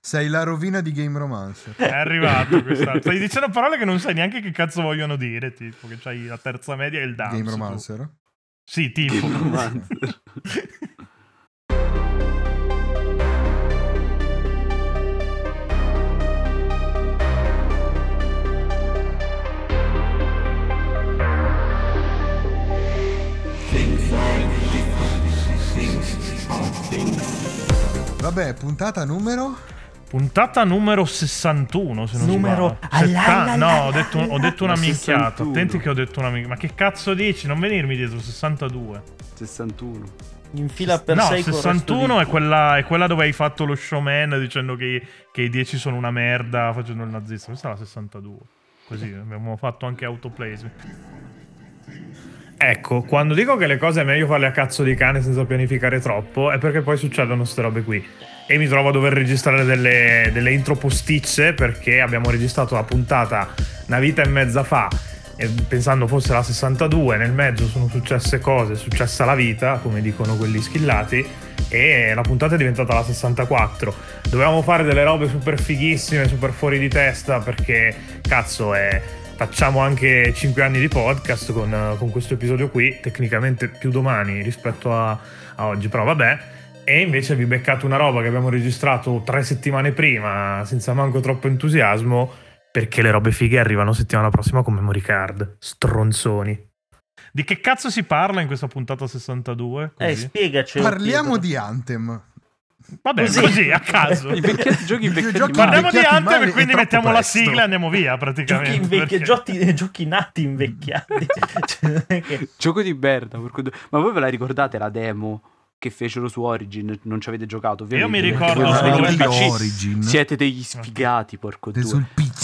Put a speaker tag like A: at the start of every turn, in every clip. A: Sei la rovina di Game Romance.
B: È arrivato quest'anno. Stai dicendo parole che non sai neanche che cazzo vogliono dire, tipo che c'hai la terza media e il dance.
A: Game
B: tu.
A: Romancer.
B: Sì, tipo.
A: Vabbè, puntata numero.
B: Puntata numero 61, se non
C: Numero-
B: sbaglio. Setta-
C: alla-
B: No, ho detto, ho detto una
D: Ma
B: minchiata.
D: 61.
B: Attenti che ho detto una minchiata. Ma che cazzo dici? Non venirmi dietro, 62.
D: 61.
C: In fila per
B: no,
C: 6
B: 61 è quella, è quella dove hai fatto lo showman dicendo che, che i 10 sono una merda facendo il nazista. Questa è la 62. Così abbiamo fatto anche autoplasm.
E: Ecco, quando dico che le cose è meglio farle a cazzo di cane senza pianificare troppo, è perché poi succedono queste robe qui. E mi trovo a dover registrare delle, delle intro posticce perché abbiamo registrato la puntata una vita e mezza fa. E pensando fosse la 62, nel mezzo sono successe cose, è successa la vita, come dicono quelli schillati, e la puntata è diventata la 64. Dovevamo fare delle robe super fighissime, super fuori di testa, perché cazzo è facciamo anche 5 anni di podcast con, con questo episodio qui, tecnicamente più domani rispetto a, a oggi, però vabbè. E invece vi beccate una roba che abbiamo registrato tre settimane prima, senza manco troppo entusiasmo, perché le robe fighe arrivano settimana prossima con memory card. Stronzoni.
B: Di che cazzo si parla in questa puntata 62? Così?
C: Eh, spiegaci.
A: Parliamo di Anthem.
B: Vabbè, così,
C: così.
B: a caso.
D: I vecchietti giochi, i vecchietti
A: Giochi-
D: male.
B: Parliamo di
A: Invecchiati
B: Anthem
A: male
B: e quindi
A: e troppo
B: mettiamo la
A: presto.
B: sigla e andiamo via
C: Giochi,
B: praticamente.
C: invecchi-
B: perché-
C: giochi- giochi nati invecchiati. Cioè, non è che-
D: Gioco di merda. porco due- Ma voi ve la ricordate la demo che fecero su Origin? Non ci avete giocato, ovviamente.
B: mi
D: perché
B: ricordo
D: voi
B: solo
D: avete il
B: quello.
D: PC.
A: Origin.
D: Siete degli sfigati, porco
A: Sei
D: due.
A: sul piccino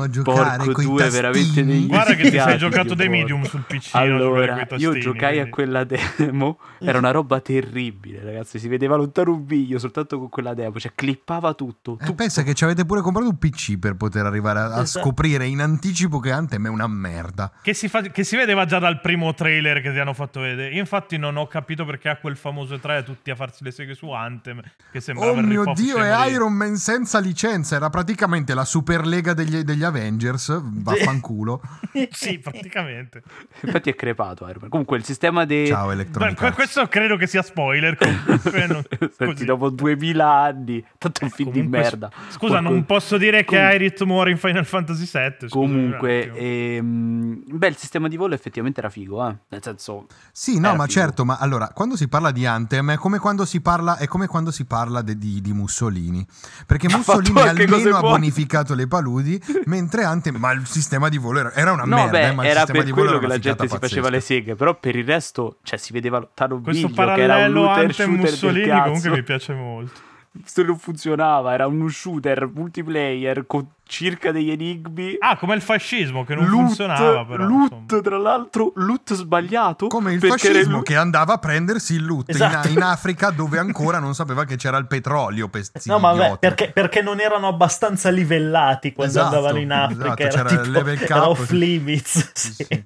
A: a giocare
D: Porco
A: coi
D: due,
A: tastini.
D: veramente dei-
B: Guarda che ti sei
D: Figati,
B: giocato
D: Dio
B: dei
D: buono.
B: medium sul PC. non
D: boh. Allora,
B: sulle quei
D: io
B: tastini,
D: giocai a
B: quindi.
D: quella demo, era una roba terribile, ragazzi, si vedeva lontano un miglio soltanto con quella demo, cioè clippava tutto.
A: Eh,
D: tutto.
A: pensa che ci avete pure comprato un PC per poter arrivare a, a
C: Esatto.
A: scoprire in anticipo che Anthem è una merda.
B: Che si, fa- che si vedeva già dal primo trailer che ti hanno fatto vedere. Io infatti non ho capito perché a quel famoso 3 tutti a farsi le seghe su Anthem. Che sembrava
A: Oh
B: il
A: mio
B: rip-off
A: dio,
B: scemo
A: è
B: di-
A: Iron Man senza licenza. Era praticamente la Superlega degli, degli Avengers. Vaffanculo.
B: Sì, praticamente. Beh,
D: Infatti è crepato Iron Man. Comunque il sistema dei...
A: Ciao, Electronic
B: que-
A: Arts.
B: questo credo che sia spoiler. Comunque, non-
D: Senti,
B: così. Eh,
D: dopo 2000 anni, tanto è un film di
B: Comunque,
D: merda.
B: Scusa,
D: Porco-
B: non posso dire che
D: Com-
B: Irit muore in Final Fantasy VII. scusami un
D: Comunque,
B: attimo.
D: ehm, beh, il sistema di volo effettivamente era figo, eh. Nel senso,
A: Sì, no,
D: Era
A: ma
D: figo.
A: certo, ma allora, quando si parla di Anthem è come quando si parla, è come quando si parla de- di, di Mussolini. Perché
D: Ha
A: Mussolini
D: fatto anche cose
A: almeno ha
D: buone.
A: bonificato le paludi, mentre Anthem... Ma il sistema di volo era, era una
D: no,
A: merda, eh,
D: beh,
A: ma il
D: era
A: sistema
D: per
A: di volo
D: quello
A: era
D: che
A: una
D: la gente
A: figata
D: si faceva le
A: pazzesca.
D: seghe, però per il resto, cioè, si vedeva lontano un
B: questo
D: miglio che era un
B: parallelo
D: looter
B: Anthem
D: shooter del
B: Mussolini
D: cazzo.
B: comunque mi piace molto.
D: Se non funzionava, era uno shooter multiplayer con circa degli enigmi.
B: Ah, come il fascismo che non
D: loot,
B: funzionava però.
D: loot,
B: insomma.
D: tra l'altro, loot sbagliato.
A: Come il
D: perché
A: fascismo
D: era-
A: che andava a prendersi il loot in-
C: Esatto.
A: in, Africa dove ancora non sapeva che c'era il petrolio, pezzi
C: No, ma vabbè,
A: idioti.
C: perché, perché non erano abbastanza livellati quando
A: Esatto,
C: andavano in Africa.
A: esatto,
C: era
A: c'era
C: tipo-
A: il level
C: era
A: cap,
C: off
A: sì.
C: limits.
A: Sì,
C: sì.
A: sì.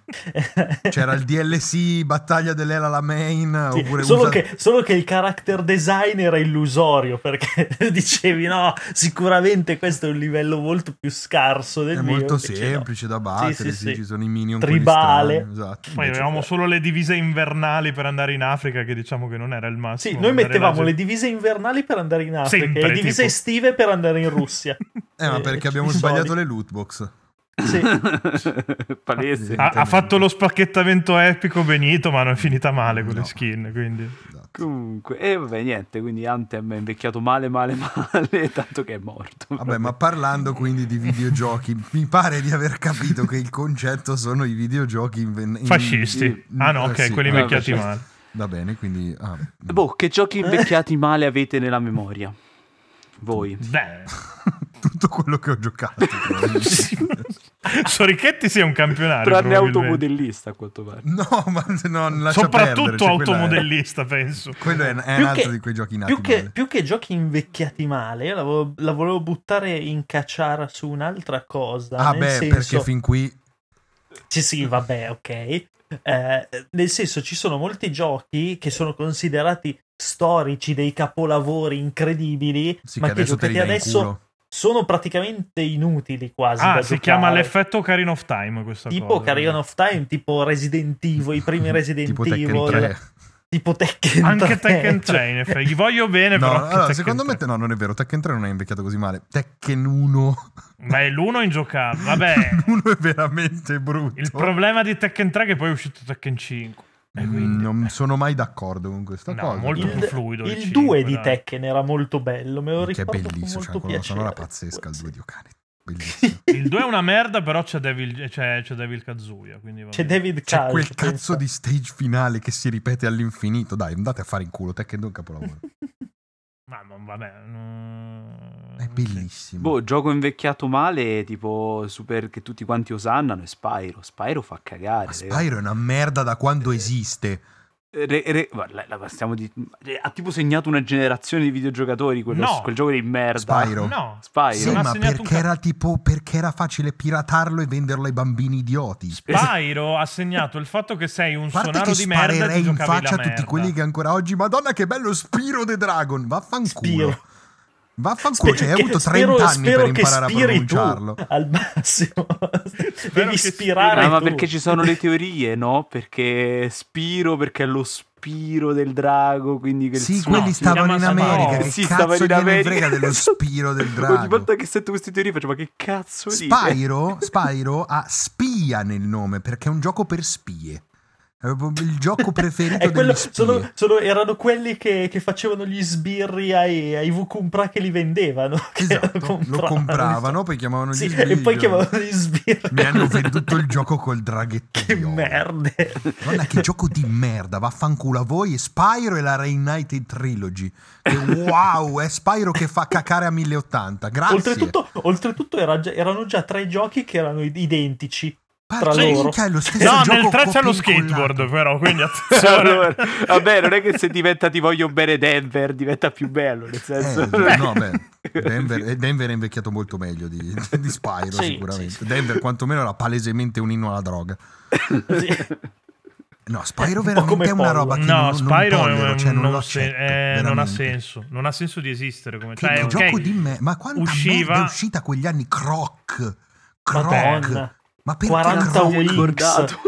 A: C'era il DLC Battaglia dell'Ela Lamain,
C: Sì,
A: oppure
C: solo,
A: usa-
C: che, solo che il character design era illusorio perché dicevi no, sicuramente questo è un livello molto più scarso del
A: È
C: mio.
A: molto
C: invece no.
A: semplice da battere, sì,
C: sì, sì.
A: ci sono i minion
C: Tribale.
A: quelli strani, esatto.
B: Poi
A: Invece-
B: avevamo solo le divise invernali per andare in Africa, che diciamo che non era il
C: Sì,
B: massimo.
C: noi
B: Andare
C: mettevamo
B: là-
C: le divise invernali per andare in Africa
B: Sempre,
C: e le divise
B: tipo.
C: estive per andare in Russia.
A: Eh, ma perché abbiamo
C: i
A: sbagliato
C: soldi.
A: le loot box.
C: Sì.
D: Palese.
B: Ha, ha fatto lo spacchettamento epico Benito, ma non è finita male con
A: No.
B: le skin, quindi...
A: Esatto.
D: Comunque, e vabbè, niente, quindi Anthem è invecchiato male, male, male, tanto che è morto.
A: Vabbè, ma parlando quindi di videogiochi, mi pare di aver capito che il concetto sono i videogiochi in- in-
B: Fascisti.
A: in-
B: Ah no,
A: eh,
B: ok,
A: sì,
B: quelli
A: va-
D: vecchi-
B: invecchiati
D: vabbè.
B: male.
A: Va bene, quindi... ah, no.
D: Boh, che giochi invecchiati male avete nella memoria? Voi.
B: Beh,
A: Tutto quello che ho giocato. probabilmente.
B: Sorichetti sia un campionario.
D: Tranne
B: probabilmente.
D: automodellista, a quanto pare.
A: no, ma non lascia perdere,
B: Soprattutto
A: cioè, quella è-
B: automodellista, penso.
A: Quello è, è un
C: Più
A: altro
C: che-
A: di quei giochi nati
C: più che,
A: male.
C: più che giochi invecchiati male, io la volevo, la volevo buttare in cacciara su un'altra cosa.
A: Ah
C: nel
A: beh,
C: senso...
A: perché fin qui...
C: Sì, sì, vabbè, ok. Eh, nel senso, ci sono molti giochi che sono considerati storici, dei capolavori incredibili,
A: Sì,
C: ma
A: che
C: che
A: adesso te li
C: giocati
A: dai in
C: adesso
A: culo.
C: sono praticamente inutili quasi.
B: Ah,
C: da
B: si
C: giocare.
B: chiama l'effetto Carino of Time questa
C: Tipo
B: cosa.
C: Carrion of Time, tipo Resident Evil, i primi Resident
A: Mm, tipo
C: Evil,
A: Tekken
C: eh?
A: 3.
C: tipo Tekken
B: Anche
C: 3.
B: Tekken 3, in effetti. Gli voglio bene,
A: No,
B: però. anche
A: allora,
B: Tekken
A: secondo me
B: 3.
A: no, non è vero. Tekken 3 non è invecchiato così male. Tekken 1.
B: Ma è l'uno in giocare. Vabbè,
A: 1 è veramente brutto.
B: Eh. il problema di Tekken 3 è che poi è uscito Tekken 5. E
A: Mm,
B: quindi...
A: Non sono mai d'accordo con questa
B: No,
A: cosa.
B: molto più
C: il,
B: fluido il
C: il
B: cinque,
C: 2 di
B: dai.
C: Tekken era molto bello, me lo
A: che è
C: ricordo. con
A: bellissimo. cioè, C'è
C: molto
A: una colonna sonora
C: piacere.
A: pazzesca. Il 2 di Ocane. Bellissimo.
B: Il 2 è una merda, però c'è Devil, c'è, c'è Devil Kazuya. Quindi va
C: C'è
B: bene.
C: David
A: C'è
C: Cage,
A: quel
C: Cioè, pensa.
A: cazzo di stage finale che si ripete all'infinito. Dai, andate a fare in culo. Tekken 2 è un capolavoro.
B: Ma, ma vabbè. no.
A: È bellissimo.
D: Boh, gioco invecchiato male, tipo super che tutti quanti osannano, è Spyro. Spyro fa cagare. eh.
A: Ma Spyro è una merda da quando
C: Eh,
A: esiste.
D: Re- re- guarda, la- la- stiamo di- ha tipo segnato una generazione di videogiocatori quello-
B: No.
D: quel gioco di merda.
A: Spyro.
B: No.
D: Spyro.
A: Sì,
B: non ha
A: ma
B: segnato un
A: perché
B: ca-
A: era tipo perché era facile piratarlo e venderlo ai bambini idioti.
B: Pyro ha segnato il fatto che sei un
A: A parte
B: sonaro
A: che
B: di merda e ti
A: sparerei in
B: giocavi la
A: faccia a tutti
B: merda.
A: quelli che ancora oggi. Madonna, che bello Spiro the Dragon! Vaffanculo.
C: Spiro.
A: Vaffanculo, cioè, hai
C: Che-
A: avuto 30 anni
C: spero
A: per
C: che
A: imparare a
C: spiri tu,
A: pronunciarlo.
C: al massimo. Devi
B: che
C: ispirare
D: Ah, ma
C: tu.
D: perché ci sono le teorie, no? Perché Spiro, perché è lo Spiro del drago, quindi quel
A: Sì,
D: suo-
A: quelli stavano
B: chiama
A: in
B: Samaro.
A: America. Che
D: Sì,
A: cazzo
D: stava in
A: gliene
D: America.
A: frega dello Spiro del
D: Ogni
A: Drago?
D: volta che sento queste teorie faccio, ma che cazzo dite?
A: Spyro, Spyro ha spia nel nome perché è un gioco per spie. È proprio il gioco preferito
C: È quello-
A: degli spie.
C: sono- sono- erano quelli che, che facevano gli sbirri ai, ai Vucumpra che li vendevano. che
A: Esatto, lo compravano, poi chiamavano gli
C: Sì,
A: sbirri.
C: e poi chiamavano gli sbirri.
A: Mi hanno venduto il gioco col draghettino.
C: Che merde.
A: Guarda che gioco di merda, vaffanculo a voi. Spyro e la Reignited Trilogy. Che wow, è Spyro che fa cacare a 1080. Grazie.
C: Oltretutto, oltretutto era già- erano già tre giochi che erano identici.
A: Parla,
C: tra loro.
A: minchia, è lo stesso
B: No,
A: gioco
B: nel 3 c'è lo
A: copia e incolla.
B: skateboard, però. Quindi
D: Allora,
B: attenzione.
D: vabbè, non è che se diventa ti voglio bene Denver diventa più bello, nel senso...
A: Eh, no, beh, Denver, eh, Denver è invecchiato molto meglio di, di Spyro,
C: Sì,
A: sicuramente.
C: sì, sì.
A: Denver, quantomeno, era palesemente un inno alla droga.
C: Sì.
A: No, Spyro
B: Eh,
C: Un po'
A: veramente
C: come
A: è una
C: Paul.
A: roba che
B: No,
A: non,
B: Spyro
A: non tollero,
B: non,
A: cioè non,
B: non
A: lo
B: se-
A: accetto,
B: eh, non ha
A: veramente.
B: senso. Non ha senso di esistere come
A: Che
B: cioè,
A: è un
B: ok,
A: gioco di me, ma quanta
B: usciva-
A: merda è uscita quegli anni? Croc, Croc,
C: Madonna.
A: ma perché
C: 40
A: Croc?
C: Wings.
D: Ricordato.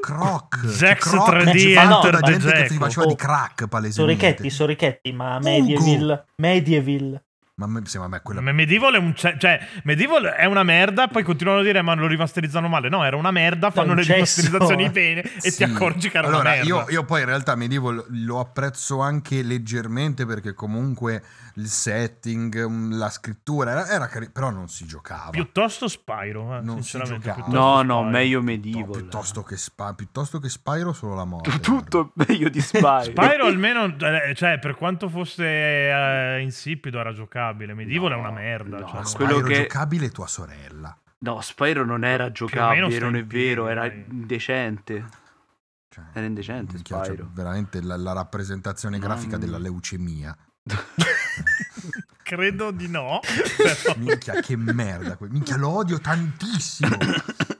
A: Croc,
B: Zex
A: Croc
B: 3D
A: fatto
C: Enter
A: da
B: the
A: gente che
B: Gecko.
A: faceva di
C: Oh,
A: crack palesemente.
C: Sorichetti, sorichetti, ma Medieval. Medieval.
A: Ma a me, sì, ma a me quella
B: Ma Medieval è un ce- cioè Medieval è una merda, poi continuano a dire ma lo rimasterizzano male. No, era una merda, fanno
C: un
B: le
C: cesso.
B: rimasterizzazioni bene e
A: Sì.
B: ti accorgi che era
A: allora,
B: una merda.
A: Io, io poi in realtà Medieval lo apprezzo anche leggermente perché comunque il setting, mm, la scrittura era, era cari- però non si giocava.
B: Piuttosto Spyro, eh,
A: Non si
B: sinceramente.
A: giocava.
B: piuttosto
D: No, no,
B: Spyro.
D: meglio
A: No,
D: Medieval.
A: piuttosto, che Spa- piuttosto che Spyro solo la morte.
D: Tu- Tutto meglio di Spyro.
B: Spyro almeno, eh, cioè, per quanto fosse eh, insipido, era giocabile. Medieval
D: No,
B: è una merda.
D: no,
B: cioè,
A: Ma
B: non-
D: quello
A: Spyro
D: che-
A: giocabile è tua sorella.
D: No, Spyro non era
B: meno
D: giocabile,
B: sta
D: non
B: in
D: è vero,
B: piedi,
D: era
B: dai.
D: indecente.
A: Cioè,
D: Era indecente
A: minchia, cioè,
D: Spyro.
A: veramente la, la rappresentazione
D: No,
A: grafica
D: no.
A: della leucemia.
B: Credo di no. però-
A: Minchia, che merda. que- Minchia, lo odio tantissimo.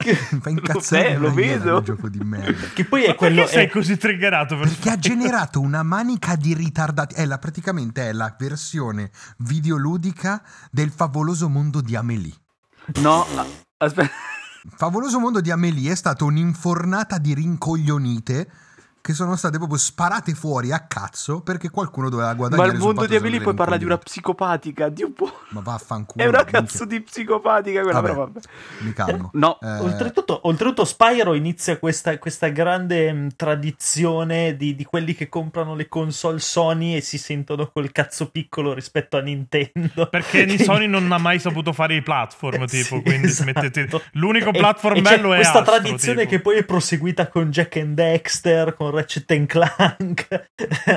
A: Mi fa
D: Lo
A: incazzare.
D: ve- lo
A: una iena
D: vedo.
A: quel gioco di merda.
C: Che poi
B: Ma
C: è quello.
B: perché sei
C: È,
B: così triggerato per
A: Perché ha generato una manica di ritardati. È la, praticamente è la versione videoludica del favoloso mondo di Amelie.
D: No, a- aspetta.
A: Il favoloso mondo di Amelie è stata un'infornata di rincoglionite che sono state proprio sparate fuori a cazzo perché qualcuno doveva
D: Ma
A: guadagnare
D: il
A: sul
D: mondo
A: fatto
D: di Amelie
A: essere
D: poi parla di una
A: rincoglionite.
D: psicopatica, di un po'.
A: Ma vaffanculo.
D: È una
A: minchia.
D: cazzo di psicopatica quella,
A: Vabbè,
D: però vabbè.
A: Mi calmo.
D: No,
A: Eh,
C: Oltretutto, oltretutto Spyro inizia questa, questa grande mh, tradizione di, di quelli che comprano le console Sony e si sentono col cazzo piccolo rispetto a Nintendo.
B: Perché
C: Quindi-
B: Sony non ha mai saputo fare i platform,
C: Sì,
B: tipo, quindi
C: esatto.
B: mettete... L'unico
C: E-
B: platform
C: e c'è
B: bello è
C: questa
B: Astro,
C: tradizione
B: tipo.
C: che poi è proseguita con Jack and Dexter, con Ratchet and Clank.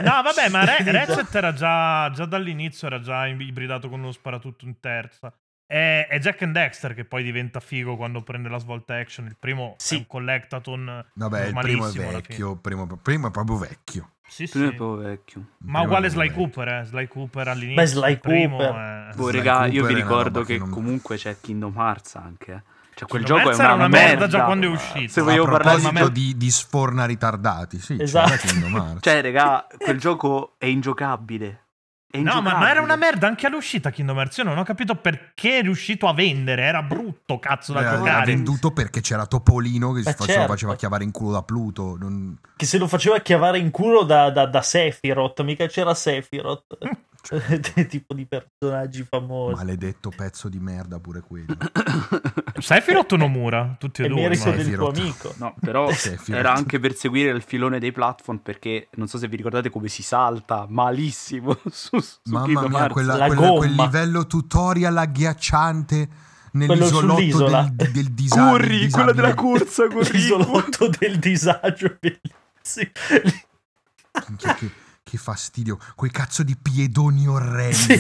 B: No, vabbè, ma Re-
C: Quindi-
B: Ratchet era già, già dall'inizio, era già ibridato con uno sparatutto in terza. È, è Jack and Dexter che poi diventa figo quando prende la svolta action. Il primo
C: Sì.
B: è un collectathon
A: Vabbè, il primo è
B: normalissimo alla fine.
A: vecchio. Primo, primo è proprio vecchio.
B: Sì,
D: Tu è
B: sì.
D: proprio vecchio.
A: Il
B: Ma
A: primo
B: uguale
A: è
B: Sly
A: proprio vecchio.
B: Cooper, eh. Sly Cooper all'inizio.
C: Beh, Sly
B: il primo
C: Cooper.
B: è-
D: Boh,
A: Sly
D: raga,
A: Cooper
D: io vi
A: è una
D: ricordo
A: roba che
D: che
A: non-
D: comunque c'è Kingdom Hearts anche. eh. Cioè, quel
B: Secondo
D: gioco
B: me
D: è una,
B: era una merda
D: merda
B: già quando è
D: ma-
B: uscito.
D: Se
B: A
A: A
D: vogliamo parlare di
A: proposito di, di sforna ritardati, sì,
C: Esatto.
A: c'è da male.
D: Cioè, raga, quel gioco è ingiocabile. È
B: No, ma,
D: ingiocabile.
B: ma era una merda anche all'uscita Kingdom Hearts. Io non ho capito perché è riuscito a vendere. Era brutto, cazzo, da
A: Eh, ha
B: giocare.
A: venduto perché c'era Topolino che si
C: Ma
A: faceva,
C: certo.
A: faceva chiavare in culo da Pluto. non-
C: Che se lo faceva chiavare in culo da, da, da Sephiroth, mica c'era Sephiroth. tipo di personaggi famosi.
A: Maledetto pezzo di merda pure quello.
B: Sephiroth o Nomura? Tutti e
C: E
B: due.
C: merito
B: ormai.
A: di-
C: del tuo
A: Sephiroth.
C: amico.
D: No, però
A: Sephiroth.
D: era anche per seguire il filone dei platform perché non so se vi ricordate come si salta malissimo su, su
A: Mamma
D: Kingdom
A: mia,
D: Hearts.
A: quella-
C: La
A: quella- quel
C: gomma.
A: livello tutorial agghiacciante nell'isolotto
C: sull'isola.
A: del, del disagio.
D: Corri, quella della corsa, corri.
C: L'isolotto del disagio, bellissimo.
A: Minchia, che, che fastidio. Quei cazzo di piedoni orrendi.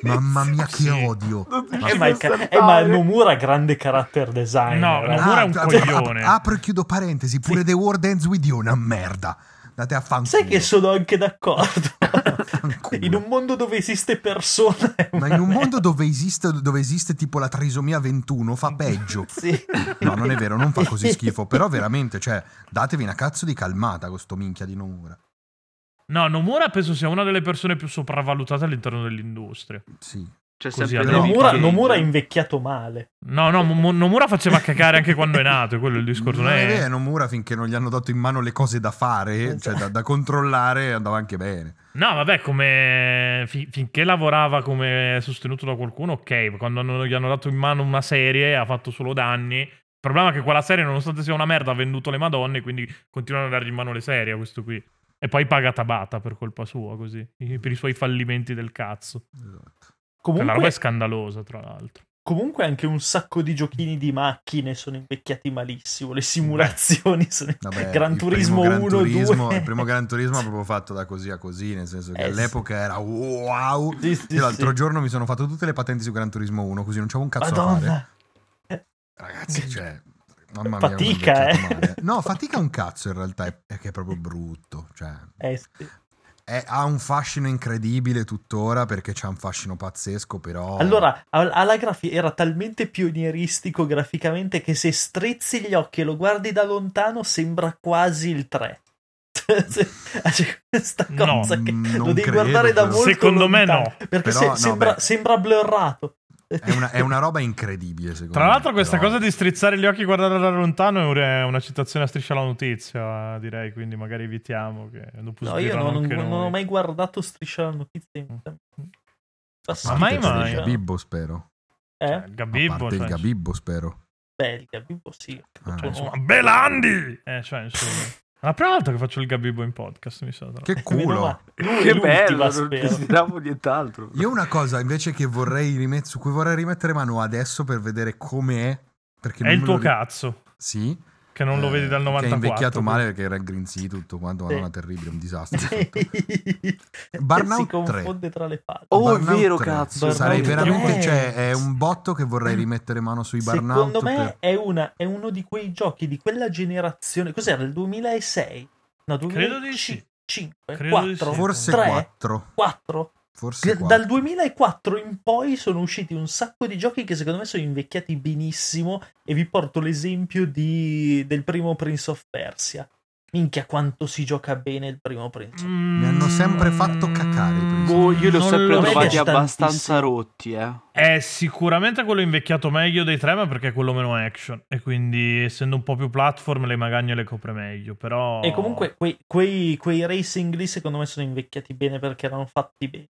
A: Mamma mia, che odio.
D: Non si
A: Ma-
C: Eh,
D: riesce
C: ma,
D: a
C: il ca-
D: saltare.
C: eh, ma Nomura ha grande character eh. design.
B: No,
C: ragazzi.
B: Nomura è un
A: ap-
B: coglione.
A: ap- Ah, cioè, apro e chiudo parentesi. Pure The World Ends With You è una merda. Date a fanculo.
C: Sai che sono anche d'accordo.
A: Fanculo.
C: in un mondo dove esiste persona. è
A: Ma
C: una
A: in un mondo dove esiste, dove esiste tipo la trisomia 21 fa peggio.
C: Sì.
A: No, non è vero, non fa così schifo. Però veramente, cioè, datevi una cazzo di calmata con sto minchia di Nomura.
B: No, Nomura penso sia una delle persone più sopravvalutate all'interno dell'industria.
A: Sì.
D: C'è
B: Così,
D: sempre
B: allora.
D: David
C: Cioè, Nomura,
D: Cage.
C: Nomura è invecchiato male.
B: No, no, Mo- Nomura faceva cacare anche quando è nato. Quello è il discorso.
A: non
B: non
A: è
B: è-
A: vero, Nomura finché non gli hanno dato in mano le cose da fare,
C: Esatto.
A: cioè da, da controllare, andava anche bene.
B: No, vabbè, come fi- finché lavorava come sostenuto da qualcuno, ok. Quando hanno- gli hanno dato in mano una serie, ha fatto solo danni. Il problema è che quella serie, nonostante sia una merda, ha venduto le madonne, quindi continuano a dargli in mano le serie a questo qui. E poi paga Tabata per colpa sua, così. i- Per i suoi fallimenti del cazzo.
A: Esatto.
B: Quella roba è
C: Comunque,
B: scandalosa, tra l'altro.
C: comunque anche un sacco di giochini di macchine sono invecchiati malissimo. Le simulazioni sono...
A: Vabbè,
C: Gran
A: il primo
C: Turismo
A: Gran
C: 1,
A: Turismo-
C: 2.
A: Il primo Gran Turismo ha proprio fatto da così a così, nel senso che
C: Eh, sì.
A: all'epoca era wow.
C: Sì, sì,
A: Io l'altro
C: sì.
A: giorno mi sono fatto tutte le patenti su Gran Turismo 1, così non c'avevo un cazzo da fare.
C: Madonna.
A: Ragazzi, cioè, mamma mia,
C: Fatica,
A: come ho invecchiato
C: eh.
A: male. No, fatica un cazzo in realtà, è, è che è proprio brutto, cioè,
C: Eh, sì.
A: è- ha un fascino incredibile tuttora perché c'ha un fascino pazzesco, però
C: Allora, al- alla grafica era talmente pionieristico graficamente che se strizzi gli occhi e lo guardi da lontano sembra quasi il 3. C'è cioè, questa
B: No,
C: cosa che
A: mm,
C: lo
A: non
C: devi
A: credo,
C: guardare da
A: però.
C: molto
B: Secondo me
C: lontano,
B: no.
C: Perché
A: Però,
C: se-
A: no,
C: sembra,
A: beh.
C: sembra blurrato.
A: è una, è una roba incredibile, secondo
C: Mm,
B: Tra
A: me,
B: l'altro, questa
A: però-
B: cosa di strizzare gli occhi e guardare da lontano è un- è una citazione a striscia la notizia, direi. Quindi magari evitiamo. Che dopo
C: No, io
B: sbirrano
C: non,
B: anche
C: non
B: noi.
C: ho mai guardato Striscia la notizia. in vita
A: Mm.
C: mia. Fa
A: A parte
B: Ma
C: schifo,
B: mai,
A: il
B: mai.
C: Striscia.
A: Gabibbo, spero.
B: Cioè,
C: Eh?
B: il
A: A
B: Gabibbo,
A: parte il
B: cioè,
A: Gabibbo, spero.
C: Beh, il Gabibbo sì.
A: Ah,
B: cioè,
A: insomma.
B: insomma, Belandi! Eh, cioè, insomma. È la prima volta che faccio il Gabibbo in podcast, mi sa. tra l'altro.
A: Che
C: Eh, Meno
A: culo!
C: male. Lui è
D: Che
C: l'ultima,
D: bello, non
C: spero.
D: desideravo nient'altro.
A: Io una cosa invece che vorrei rimet- su cui vorrei rimettere mano adesso per vedere come è. Perché
B: È
A: non
B: il
A: me
B: tuo
A: lo ri-
B: cazzo,
A: Sì.
B: che non lo
A: Eh,
B: vedi dal 94.
A: Che è invecchiato male perché era grinzì tutto quanto,
C: Sì.
A: madonna terribile, un disastro.
C: si
A: Burnout 3.
C: confonde tra le palle.
D: Oh, è
A: Burnout
D: vero,
A: 3.
D: cazzo.
A: Sarei
C: Burnout
A: veramente,
C: 3.
A: cioè, è un botto che vorrei rimettere mano sui burnout.
C: Secondo me
A: per-
C: è, una- è uno di quei giochi di quella generazione. Cos'era? Il 2006? No,
B: Credo di sì.
C: 2005?
B: Credo di
C: 4?
B: sì.
A: Forse
C: Tre?
A: 4.
C: 4?
A: Forse 4.
C: Dal 2004 in poi sono usciti un sacco di giochi che secondo me sono invecchiati benissimo. E vi porto l'esempio di- del primo Prince of Persia. Minchia, quanto si gioca bene il primo Prince. of
B: Mi
A: hanno sempre fatto cacare i presi.
D: Boh, io li ho sempre
C: lo
D: trovati
C: vedo.
D: abbastanza rotti, eh.
B: È sicuramente quello invecchiato meglio dei tre, ma perché è quello meno action. E quindi, essendo un po' più platform, le magagne le copre meglio. Però...
C: E comunque quei, quei- quei racing lì secondo me sono invecchiati bene perché erano fatti bene.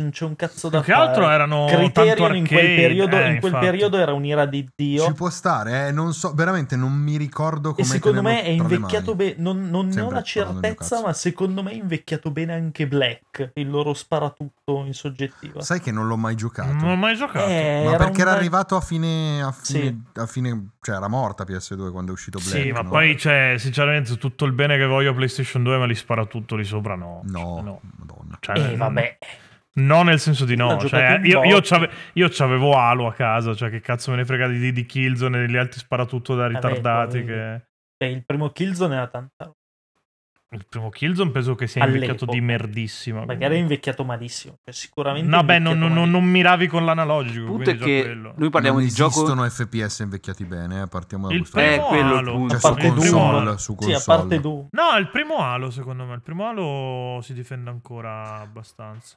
C: Non c'è un cazzo da
B: Più che
C: fare.
B: altro erano tanto
C: Criterion
B: arcade.
C: in quel, periodo,
B: eh,
C: in quel
B: infatti.
C: periodo era un'ira di
A: Ci
C: Dio
A: può stare, eh, non so, veramente non mi ricordo come
C: e secondo me è
A: tenerlo tra le
C: invecchiato
A: mani.
C: bene, non, non ne ho
A: Sempre
C: la
A: parlando del mio
C: certezza
A: cazzo.
C: ma secondo me è invecchiato bene anche Black, il loro sparatutto in soggettiva.
A: Sai che non l'ho mai giocato.
B: Mm, Non ho mai giocato.
C: Eh,
A: Ma perché era
C: una-
A: arrivato a fine, a fine,
C: Sì.
A: a fine- cioè era morta PS2 quando è uscito Black.
B: Sì, ma
A: no?
B: poi, cioè, sinceramente, tutto il bene che voglio a PlayStation 2, ma li spara tutto lì sopra, no.
A: No,
B: Cioè, no.
A: madonna.
B: Cioè,
C: Eh
B: no,
C: vabbè,
B: No, nel senso di
C: L'ha
B: no.
C: giocato
B: Cioè,
C: in
B: io,
C: botte.
B: io, c'ave- io c'avevo Halo a casa, cioè che cazzo me ne frega di, di Killzone e degli altri sparatutto da
C: beh,
B: ritardati.
C: poi-
B: che...
C: Beh, il primo Killzone era tanta roba.
B: Il primo Killzone penso che sia invecchiato
C: All'epoca.
B: di merdissima.
C: Magari è invecchiato malissimo. cioè sicuramente.
B: Mm. No, beh,
C: è
B: non, non-
C: invecchiato
B: non
C: malissimo.
B: miravi con l'analogico.
D: Il punto è
B: quindi già
D: che
B: quello.
D: noi parliamo
A: non
D: di gioco.
A: esistono FPS invecchiati bene, eh, partiamo da
B: Il
A: questo
D: Eh,
B: primo
A: punto.
D: quello è il
B: Halo.
A: Cioè,
D: punto.
B: il
A: su
C: A parte
B: primo
C: Doom.
B: Halo.
A: console, su
C: Sì,
A: console.
C: a parte tu.
B: No, il primo Halo, secondo me. Il primo Halo si difende ancora abbastanza.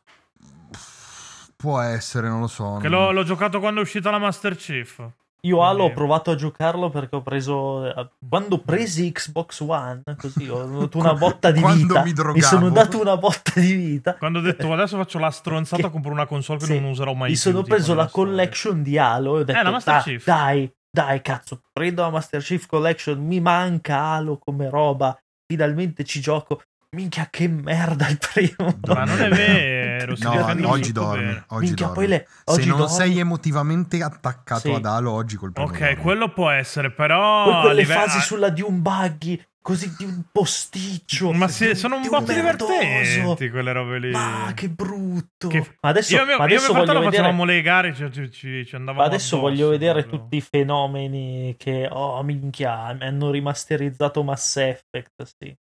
A: Può essere, non lo so.
B: Che l'ho, l'ho giocato quando è uscita la Master Chief.
C: Io Halo ho
B: Quindi-
C: provato a giocarlo perché ho preso. eh, Quando ho preso Xbox One, così ho dato una botta di
A: Quando
C: vita.
A: mi drogavo.
C: sono dato una botta di vita.
B: Quando ho detto "Oh, adesso faccio la stronzata,
C: Che-
B: compro una console che
C: Sì.
B: non userò mai
C: Mi
B: più,
C: sono
B: tipo,
C: preso la
B: nella storia. Eh,
C: collection di Halo e ho detto:
B: la Master
C: "Dai,
B: Chief."
C: Dai, dai, cazzo, prendo la Master Chief Collection. Mi manca Halo come roba. Finalmente ci gioco. Minchia, che merda il primo.
B: Ma non è vero, si difende
A: No, oggi
B: molto
A: dormi.
B: bene.
A: Oggi
C: Minchia,
A: dormi.
C: poi le. Oggi
A: Se non
C: dormi.
A: sei emotivamente attaccato
C: Sì.
A: ad Halo oggi col primo
B: Ok,
A: dormi.
B: quello può essere, però...
C: Poi quelle
B: a live- ah,
C: fasi
B: a-
C: sulla di un buggy, così di un posticcio.
B: Ma sì,
C: di
B: sono un
C: di
B: botto
C: merdoso.
B: divertenti quelle robe lì.
C: Ma che brutto.
B: Che-
C: Ma adesso,
B: io e mio,
C: ma
B: io e mio
C: adesso
B: fratello
C: voglio vedere,
B: facevamo le gare, cioè, ci, ci, ci andavamo
C: ma adesso
B: addosso,
C: voglio vedere
B: proprio.
C: tutti i fenomeni che, oh minchia, mi hanno rimasterizzato Mass Effect. Sì.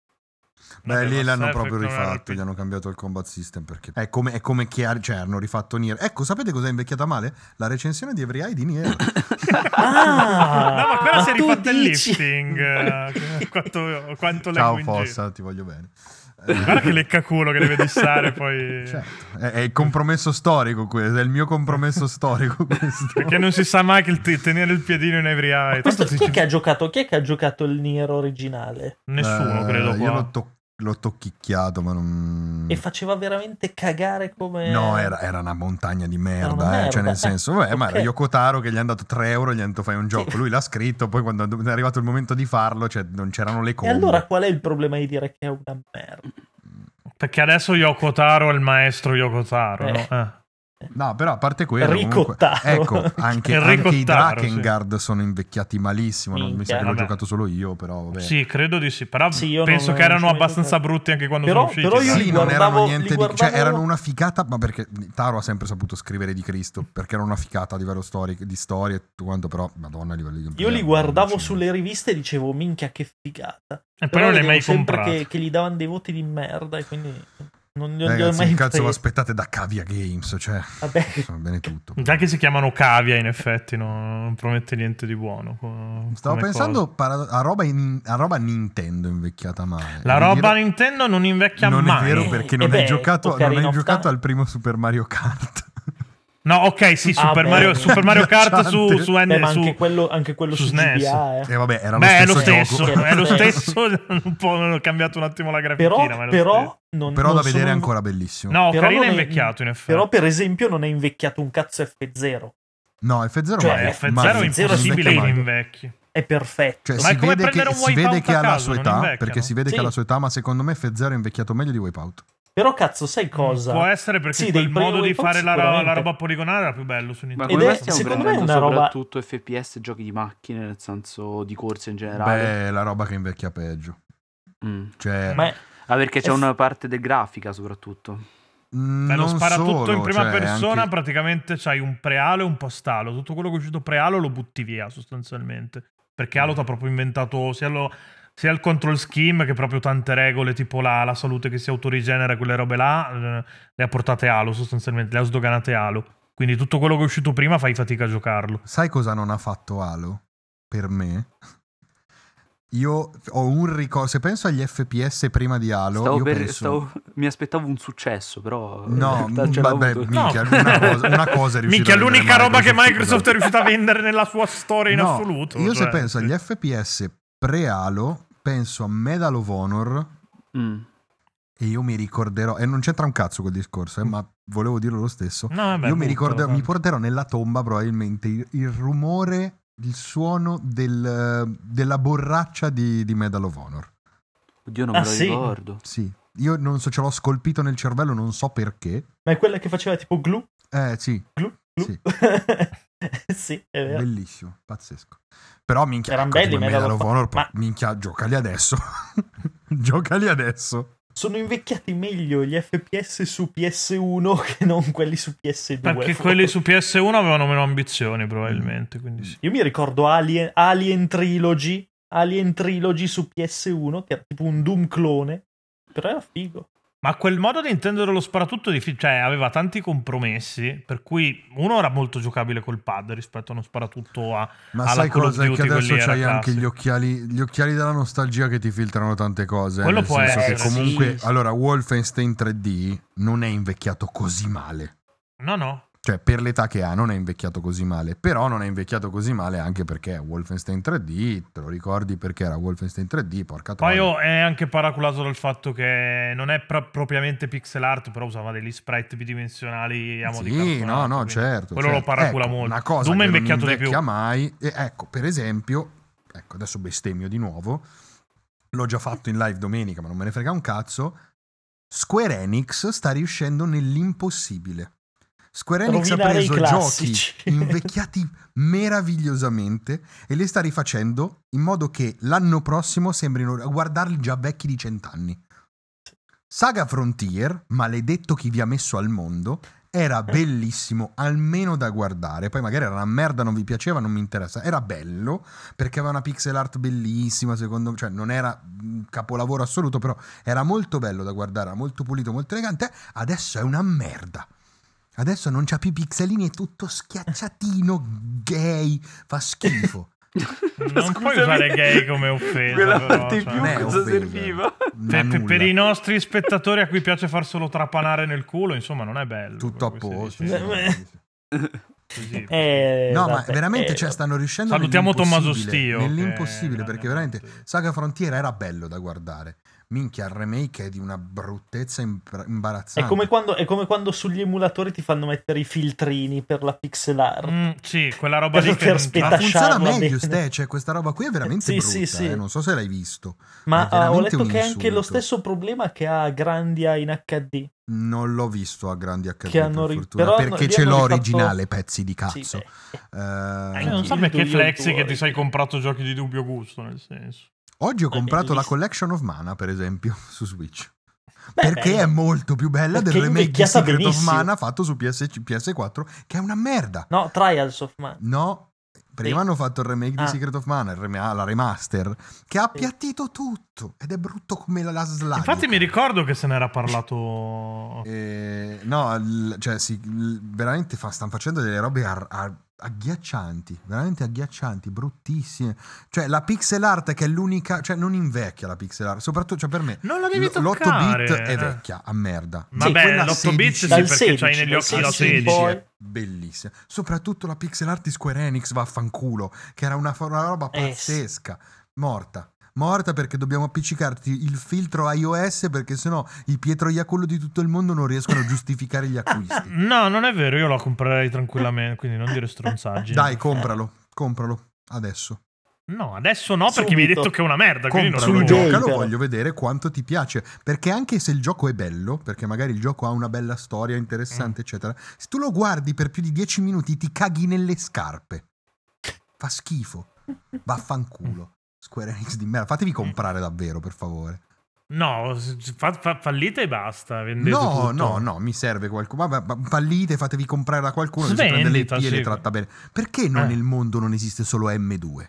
B: Vabbè,
A: Beh, lì
B: Mass
A: l'hanno
B: Effect
A: proprio
B: non era
A: rifatto,
B: RPG.
A: gli hanno cambiato il combat system perché è come, è come che ha- cioè, hanno rifatto Nier. Ecco, sapete cos'è invecchiata male? La recensione di Every Eye di Nier.
C: Ah,
B: No, ma quella si è
C: tu
B: rifatta il
C: dici-
B: lifting. eh, quanto, quanto
A: Ciao
B: leggo in giro.
A: Fossa, ti voglio bene. Eh,
B: Guarda che leccaculo che deve dissare poi...
A: certo, è, è il compromesso storico questo, è il mio compromesso storico questo.
B: Perché non si sa mai che il t- tenere il piedino in every eye.
C: Questo-
B: Tanto
C: chi,
B: si-
C: è che ha giocato, chi è che ha giocato il Nier originale?
B: Nessuno,
A: Eh,
B: credo.
A: Io
B: qua.
A: l'ho, toc- l'ho tocchicchiato, ma non...
B: Mm.
C: E faceva veramente cagare come...
A: No, era, era una montagna di merda,
C: una
A: eh, cioè
C: merda,
A: nel senso, vabbè, ma era
C: ok.
A: Yoko Taro che gli hanno dato 3 euro e gli hanno detto fai un gioco, lui l'ha scritto, poi quando è arrivato il momento di farlo, cioè non c'erano le
C: E
A: combo.
C: allora qual è il problema di dire che è una merda?
B: Perché adesso Yoko Taro è il maestro Yoko Taro.
C: Eh.
B: no? Eh.
A: No, però a parte quello,
C: Enrico
A: comunque,
C: Taro.
A: ecco, anche,
B: Enrico
A: anche i
B: Taro,
A: Drakengard sono invecchiati malissimo, non mi sa
C: Minchia.
A: che l'ho
B: Vabbè.
A: giocato solo io, però vabbè.
B: Sì, credo di sì. Però
C: Sì, io
B: penso
C: non-
B: che erano
C: non ci ho mai
B: abbastanza
C: giocato.
B: brutti anche quando
C: Però-
B: sono usciti.
C: però io
B: dai.
A: Sì,
C: li
A: non
C: guardavo-
A: erano niente
C: li
A: di... Cioè,
C: guardavo-
A: erano una figata, ma perché Taro ha sempre saputo scrivere di Cristo, perché era una figata a livello storico, di storia e tutto quanto, però, madonna, a livello di...
C: Io
A: gameplay
C: li
A: era
C: guardavo
A: allucinante.
C: sulle riviste e dicevo minchia che figata.
B: E poi
C: Però
B: non li hai
C: vedevo
B: mai
C: sempre
B: comprati.
C: che, che gli davano dei voti di merda e quindi non li ho, li ho
A: Ragazzi,
C: mai
A: che cazzo vi
C: presi.
A: aspettate da Cavia Games? Cioè,
C: Vabbè.
A: va bene tutto.
B: Già che si chiamano cavia, in effetti, no? non promette niente di buono. co-
A: Stavo
B: come
A: pensando
B: cosa.
A: parado- a, roba in- a roba Nintendo invecchiata male.
B: La
A: Devo
B: roba
A: dire-
B: Nintendo non invecchia
A: non
B: Cioè, mai.
A: è vero perché
C: Eh,
A: non hai
C: beh,
A: giocato, non
C: Ocarina
A: hai
C: of
A: giocato
C: Time.
A: al primo Super Mario Kart.
B: No, ok, sì,
C: Ah,
B: Super,
C: beh.
B: Mario, Super Mario Kart su,
A: Cioè,
B: su, N-
C: Beh, ma
B: su-
C: anche quello, anche quello
B: su
C: su,
B: SNES.
C: GBA, eh.
A: E vabbè, era lo
B: Beh, è
A: stesso
B: lo stesso, Cioè,
A: gioco.
B: è lo
C: Sì.
B: stesso. Un po' hanno cambiato un attimo la grafichina.
C: Però,
B: ma è lo stesso.
C: però, non,
A: Però
C: non
A: da vedere
C: sono-
A: è ancora bellissimo.
B: No,
C: però
B: Ocarina è
C: non è-
B: invecchiato, in effetti.
C: Però, per esempio, non è invecchiato un cazzo F0.
A: No, F0
C: Cioè,
A: mai,
B: Beh,
C: è-
B: F0
A: mai,
B: è
A: non
B: impossibile
A: invecchia
B: che
A: mai.
B: invecchi.
C: È perfetto.
A: Cioè,
B: Ma
A: si
B: è come
A: vede,
B: prendere
A: che,
B: un
A: si vede
B: Wipeout
A: che
B: a
A: ha la
B: caso,
A: sua
B: non
A: età,
B: invecchiano.
A: perché si vede
C: Sì.
A: che ha la sua età, ma secondo me F0 è invecchiato meglio di Wipeout.
C: Però, cazzo, sai cosa?
B: Mm, Può essere perché
C: Sì,
B: quel
C: dei primi
B: modo di
C: Wipeout
B: fare la, ro- la
C: sicuramente.
B: roba poligonale era più bello su
D: Ma
B: Nintendo.
C: Ed
D: come
C: è-
D: mai stiamo
C: secondo me è
D: prendendo
C: una roba-
D: soprattutto FPS e giochi di macchine, nel senso di corse in generale?
A: Beh, è la roba che invecchia peggio.
D: Mm.
A: Cioè,
C: Ma è-
D: Ah, perché c'è
C: F-
D: una parte del grafica soprattutto.
B: Beh, cioè, lo
A: mm, non
B: spara tutto in
A: solo,
B: prima
A: cioè,
B: persona,
A: anche-
B: praticamente c'hai un prealo e un postalo. Tutto quello che è uscito prealo lo butti via sostanzialmente. Perché
A: Mm.
B: Halo ti ha proprio inventato sia, lo- sia il control scheme che proprio tante regole, tipo la, la salute che si autorigenera, quelle robe là, eh, le ha portate Halo sostanzialmente, le ha sdoganate Halo. Quindi tutto quello che è uscito prima fai fatica a giocarlo.
A: Sai cosa non ha fatto Halo? Per me? Io ho un ricordo. Se penso agli FPS prima di Halo,
D: Stavo
A: io
D: per-
A: penso.
D: stavo- Mi aspettavo un successo, però...
A: No,
D: in realtà ce l'ha
A: vabbè,
D: avuto.
A: minchia,
B: No.
A: una, cosa, una cosa è riuscita
B: Minchia,
A: a vendere
B: l'unica roba che Microsoft è
A: esatto.
B: riuscita a vendere nella sua storia in
A: No,
B: assoluto.
A: Io se
B: cioè,
A: penso
B: sì.
A: agli FPS pre-Halo, penso a Medal of Honor
D: Mm.
A: e io mi ricorderò. E non c'entra un cazzo quel discorso, eh, ma volevo dirlo lo stesso.
B: No, Mm. vabbè,
A: io mi,
B: buttalo,
A: ricorderò, mi
B: tanto.
A: porterò nella tomba probabilmente il, il rumore, il suono del- della borraccia di, di Medal of Honor.
D: Oddio, non
C: Ah,
D: me lo
C: sì?
D: ricordo.
A: Sì, io non so, ce l'ho scolpito nel cervello, non so perché.
C: Ma è quella che faceva tipo glu.
A: Eh sì,
C: Glu, glu.
A: Sì.
C: sì, è vero.
A: bellissimo, pazzesco. Però minchia,
C: Erano
A: ecco,
C: belli
A: come
C: i Medal
A: Medal
C: of
A: of Honor,
C: Ma-
A: minchia, giocali adesso. giocali adesso.
C: Sono invecchiati meglio gli FPS su PS1 che non quelli su PS2.
B: Perché
C: forse.
B: quelli su PS1 avevano meno ambizioni, probabilmente. Quindi sì.
C: Io mi ricordo Alien, Alien Trilogy. Alien Trilogy su PS1, che era tipo un Doom clone. Però era figo.
B: Ma quel modo di intendere lo sparatutto di fi- cioè, aveva tanti compromessi, per cui uno era molto giocabile col pad rispetto a uno sparatutto a...
A: Ma
B: alla
A: sai
B: Call of
A: cosa? È che
B: Duty,
A: adesso
B: quelli era
A: c'hai anche gli
B: classico.
A: occhiali, gli occhiali della nostalgia che ti filtrano tante cose. eh,
B: Quello
A: nel
B: può
A: senso che
B: essere,
A: comunque,
D: sì.
A: allora, Wolfenstein 3D non è invecchiato così male.
B: No, no.
A: Cioè, per l'età che ha, non è invecchiato così male. Però non è invecchiato così male anche perché Wolfenstein 3D, te lo ricordi perché era Wolfenstein 3D, porca
B: Poi
A: troia.
B: oh, è anche paraculato dal fatto che non è pro- propriamente pixel art, però usava degli sprite bidimensionali a mo' di
A: Sì, no,
B: cartonato,
A: no,
B: quindi
A: certo.
B: Quello
A: certo.
B: lo paracula
A: Ecco,
B: molto.
A: Una cosa
B: Doom è
A: che non
B: invecchiato di
A: invecchia
B: più.
A: mai. E ecco, per esempio, ecco, adesso bestemmio di nuovo. L'ho già fatto in live domenica, ma non me ne frega un cazzo. Square Enix sta riuscendo nell'impossibile. Square Enix
C: Rovinare
A: ha preso
C: i
A: giochi
C: classici.
A: invecchiati meravigliosamente e li sta rifacendo in modo che l'anno prossimo sembrino a guardarli già vecchi di cent'anni. Saga Frontier, maledetto chi vi ha messo al mondo, era bellissimo, almeno da guardare. Poi magari era una merda, non vi piaceva, non mi interessa. Era bello perché aveva una pixel art bellissima, secondo me, cioè non era un capolavoro assoluto, però era molto bello da guardare, era molto pulito, molto elegante. Adesso è una merda. Adesso non c'ha più i pixelini, è tutto schiacciatino, gay, fa schifo.
B: Non puoi usare gay come offesa,
D: Quella
B: però,
D: parte in
B: cioè.
D: più
A: Non è
D: cosa
A: offesa.
D: serviva?
A: Ma
B: Per, per-
A: nulla.
B: per i nostri spettatori a cui piace far solo trapanare nel culo, insomma, non è bello.
A: tutto a
B: per cui
A: posto.
B: si dice Eh,
A: sì.
B: così.
C: Eh,
A: No, ma
C: vabbè,
A: veramente
C: eh,
A: cioè, stanno riuscendo
B: Salutiamo
A: nell'impossibile,
B: Tommaso Stio,
A: Nell'impossibile,
B: che-
A: perché veramente Saga Frontiera era bello da guardare. Minchia, il remake è di una bruttezza imbra-
C: È
A: imbarazzante.
C: come, quando, è come quando sugli emulatori ti fanno mettere i filtrini per la pixel art.
B: Mm, sì, quella roba lì
C: Per
B: che non-
A: Ma
C: aspettare.
A: funziona
C: lasciarlo
A: meglio,
C: bene.
A: Ste, cioè questa roba qui è veramente
C: Sì,
A: brutta,
C: sì, sì.
A: eh, non so se l'hai visto. È
C: Ma ah, ho
A: veramente
C: letto
A: un
C: che è anche lo
A: insulto.
C: stesso problema che ha Grandia in HD.
A: Non l'ho visto a grandi HD,
C: Che hanno
A: per
C: ri-
A: fortuna,
C: però
A: perché
C: lì
A: ce
C: hanno
A: l'ho
C: rifatto-
A: originale, pezzi di cazzo.
C: Sì, beh.
A: Eh,
B: Eh, non so
C: Anch'io,
B: perché
C: io
B: flexi che
C: tuoi.
B: ti sei comprato giochi di dubbio gusto, nel senso.
A: Oggi ho
C: Beh,
A: comprato la
C: bellissimo.
A: Collection of Mana, per esempio, su Switch.
C: Beh,
A: perché
C: bello.
A: è molto più bella
C: Perché
A: del remake di
C: invecchiata
A: Secret of
C: benissimo.
A: Mana fatto su PS, PS4, che è una merda.
C: No, Trials of Man.
A: No, prima
C: Sì.
A: hanno fatto il remake di
C: Ah.
A: Secret of Mana, il rem- la remaster, che ha appiattito tutto ed è brutto come la, la slide.
B: Infatti mi ricordo che se n'era parlato...
A: Eh, no, l- cioè, sì, l- veramente fa- stanno facendo delle robe ar- ar- agghiaccianti, veramente agghiaccianti, bruttissime. Cioè, la pixel art che è l'unica, cioè, non invecchia la pixel art, soprattutto cioè, per me.
B: Non la devi toccare.
A: L'8-bit è
B: eh.
A: vecchia, a merda. Cioè,
C: Sì,
B: Vabbè,
A: quella
B: l'8-bit
A: 16.
B: sì,
C: Dal
B: perché c'hai
C: 16,
B: negli occhi
C: dal
B: la
C: 16.
B: 16.
C: Poi-
A: Bellissima. Soprattutto la pixel art di Square Enix vaffanculo, che era una, fa- una roba
C: Eh, sì.
A: pazzesca. Morta. Morta perché dobbiamo appiccicarti il filtro iOS perché sennò i Pietro Iacollo di tutto il mondo non riescono a giustificare gli acquisti.
B: No, non è vero, io la comprerei tranquillamente, quindi non dire stronzaggi.
A: Dai, compralo, compralo adesso.
B: No, adesso no, perché
C: Subito.
B: mi hai detto che è una merda, quindi non
A: Compralo,
B: lo
C: Sul gioco.
B: voglio.
A: giocalo,
C: però.
A: voglio vedere quanto ti piace. Perché anche se il gioco è bello, perché magari il gioco ha una bella storia interessante, eccetera, se tu lo guardi per più di 10 minuti ti caghi nelle scarpe. Fa schifo. Vaffanculo. Square Enix di merda. Fatevi comprare davvero, per favore.
B: No, s- fa- fa- fallite e basta, vendete
A: No,
B: tutto.
A: no, no, mi serve qualcuno. Ma, ma- ma fallite, fatevi comprare da qualcuno che si
B: Svendita,
A: prende le pie e
B: sì.
A: le tratta bene. Perché non
B: Eh.
A: nel mondo non esiste solo M2?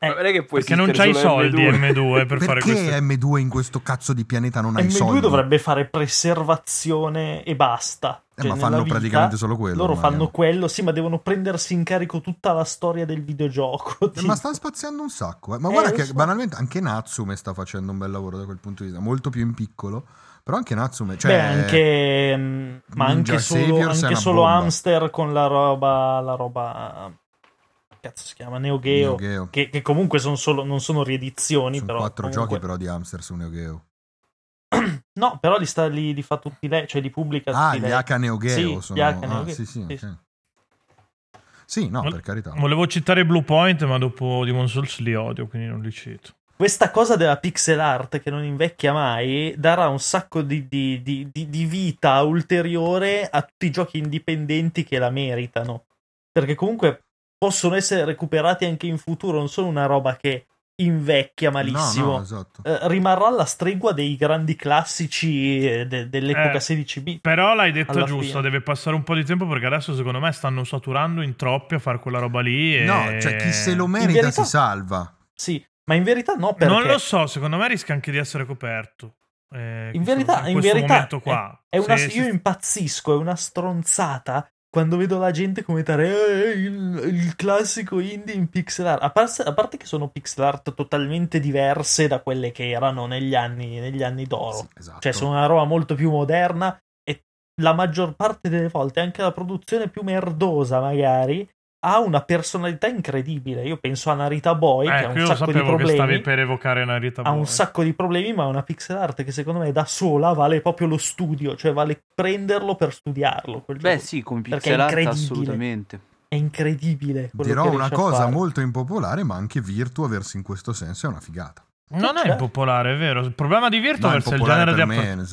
C: Eh,
D: Ma non è che puoi
B: Perché non c'hai
D: esistere
B: i
D: solo
B: soldi
D: M2.
B: M2 per fare
A: Perché
B: questo.
A: M2 in questo cazzo di pianeta non ha i soldi?
C: M2 dovrebbe fare preservazione e basta.
A: Eh,
C: Cioè,
A: ma
C: nella
A: fanno
C: vita
A: praticamente solo quello.
C: Loro
A: ormai,
C: fanno
A: eh.
C: quello, sì, ma devono prendersi in carico tutta la storia del videogioco.
A: Eh, Ma stanno spaziando un sacco. eh. Ma
C: Eh,
A: guarda
C: lo
A: che
C: so.
A: banalmente anche Natsume sta facendo un bel lavoro da quel punto di vista, molto più in piccolo. Però anche Natsume, cioè,
C: Beh, anche, mm, mh, ma
A: Ninja
C: anche solo,
A: Saviors è
C: anche
A: una
C: solo
A: bomba.
C: Hamster con la roba, la roba, cazzo si chiama Neo Geo,
A: Neo Geo.
C: Che, che comunque sono solo, non sono riedizioni,
A: sono
C: però,
A: quattro
C: comunque-
A: giochi però di Hamster su Neo Geo.
C: No, però li, sta, li, li fa tutti lei, cioè li pubblica
A: Ah,
C: tutti
A: gli
C: lei.
A: H Neo Geo
C: Sì,
A: sono.
C: gli H Neo
A: ah,
C: Geo,
A: Sì, sì,
C: sì,
A: ok.
C: sì.
A: Sì, no,
B: Vol-
A: per carità.
B: Volevo citare Blue Point, ma dopo Demon Souls li odio, quindi non li cito.
C: Questa cosa della pixel art che non invecchia mai darà un sacco di, di- di- di- di vita ulteriore a tutti i giochi indipendenti che la meritano. Perché comunque possono essere recuperati anche in futuro, non sono una roba che invecchia malissimo.
A: No, no, esatto.
C: Eh, rimarrà alla stregua dei grandi classici eh, de- dell'epoca
B: Eh,
C: 16 bit.
B: Però l'hai detta
C: Alla
B: giusta,
C: fine.
B: deve passare un po' di tempo perché adesso secondo me stanno saturando in troppi a fare quella roba lì. E...
A: No, cioè chi se lo merita
C: Eh, verità-
A: si salva.
C: Sì, ma in verità no, perché
B: Non lo so, secondo me rischia anche di essere coperto. eh,
C: In
B: questo-
C: verità, in
B: questo
C: verità
B: momento qua.
C: È, è una-
B: Se- se-
C: io impazzisco, è una stronzata quando vedo la gente commentare "Eh, il, il classico indie in pixel art. A parte, a parte che sono pixel art totalmente diverse da quelle che erano negli anni, negli anni d'oro.
A: Sì, esatto.
C: Cioè, sono una roba molto più moderna e la maggior parte delle volte, anche la produzione più merdosa, magari, ha una personalità incredibile. Io penso a Narita Boy, che ha
B: ecco,
C: un
B: io lo
C: sacco di
B: sapevo che stavi
C: problemi.
B: per evocare Narita
C: Ha
B: Boy.
C: un sacco di problemi, ma è una pixel art che secondo me da sola vale proprio lo studio, cioè vale prenderlo per studiarlo. quel
D: Beh,
C: gioco.
D: sì, con
C: Perché è
D: pixel art
C: incredibile.
D: assolutamente.
C: È incredibile. quello che
A: Dirò una
C: riesce a
A: cosa
C: fare.
A: molto impopolare, ma anche Virtuaverse in questo senso è una figata.
B: Non è
C: Cioè?
B: impopolare, è vero. Certo, Il problema di
A: No,
B: Virtuverse è il
A: impopolare
B: genere di
A: per
B: appro-
A: me, nel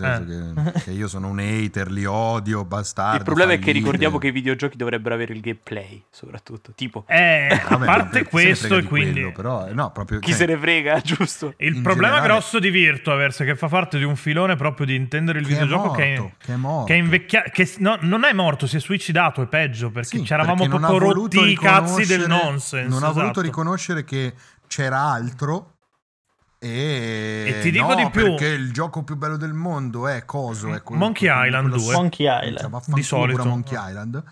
A: senso
B: eh.
A: che, che io sono un hater, li odio, bastardo.
D: il problema è che
A: fallite.
D: ricordiamo che i videogiochi dovrebbero avere il gameplay, soprattutto. Tipo,
B: Eh, a
A: Vabbè,
B: parte
A: se ne frega
B: questo, e
A: di
B: quindi.
A: quello, però, eh, no, proprio,
D: chi
A: cioè,
D: se ne frega, giusto?
B: Il
A: in
B: problema
A: generale-
B: grosso di Virtuaverse è che fa parte di un filone proprio di intendere il
A: che è
B: videogioco
A: morto,
B: che è,
A: che è morto.
B: che è invecchiato. Che s- no, non è morto, si è suicidato, è peggio perché
A: Sì,
B: ci eravamo
A: perché non
B: proprio
A: ha voluto
B: rotti i cazzi del
A: riconoscere-
B: nonsense.
A: Non ha voluto
B: esatto.
A: riconoscere che c'era altro. E,
B: E ti dico
A: no,
B: di più.
A: Perché il gioco più bello del mondo è coso. È quello-
B: Monkey
A: quello-
B: Island
A: quello-
B: 2.
C: Monkey
A: Cioè,
C: Island.
A: vaffanculo
B: Di solito.
A: pure Monkey Island.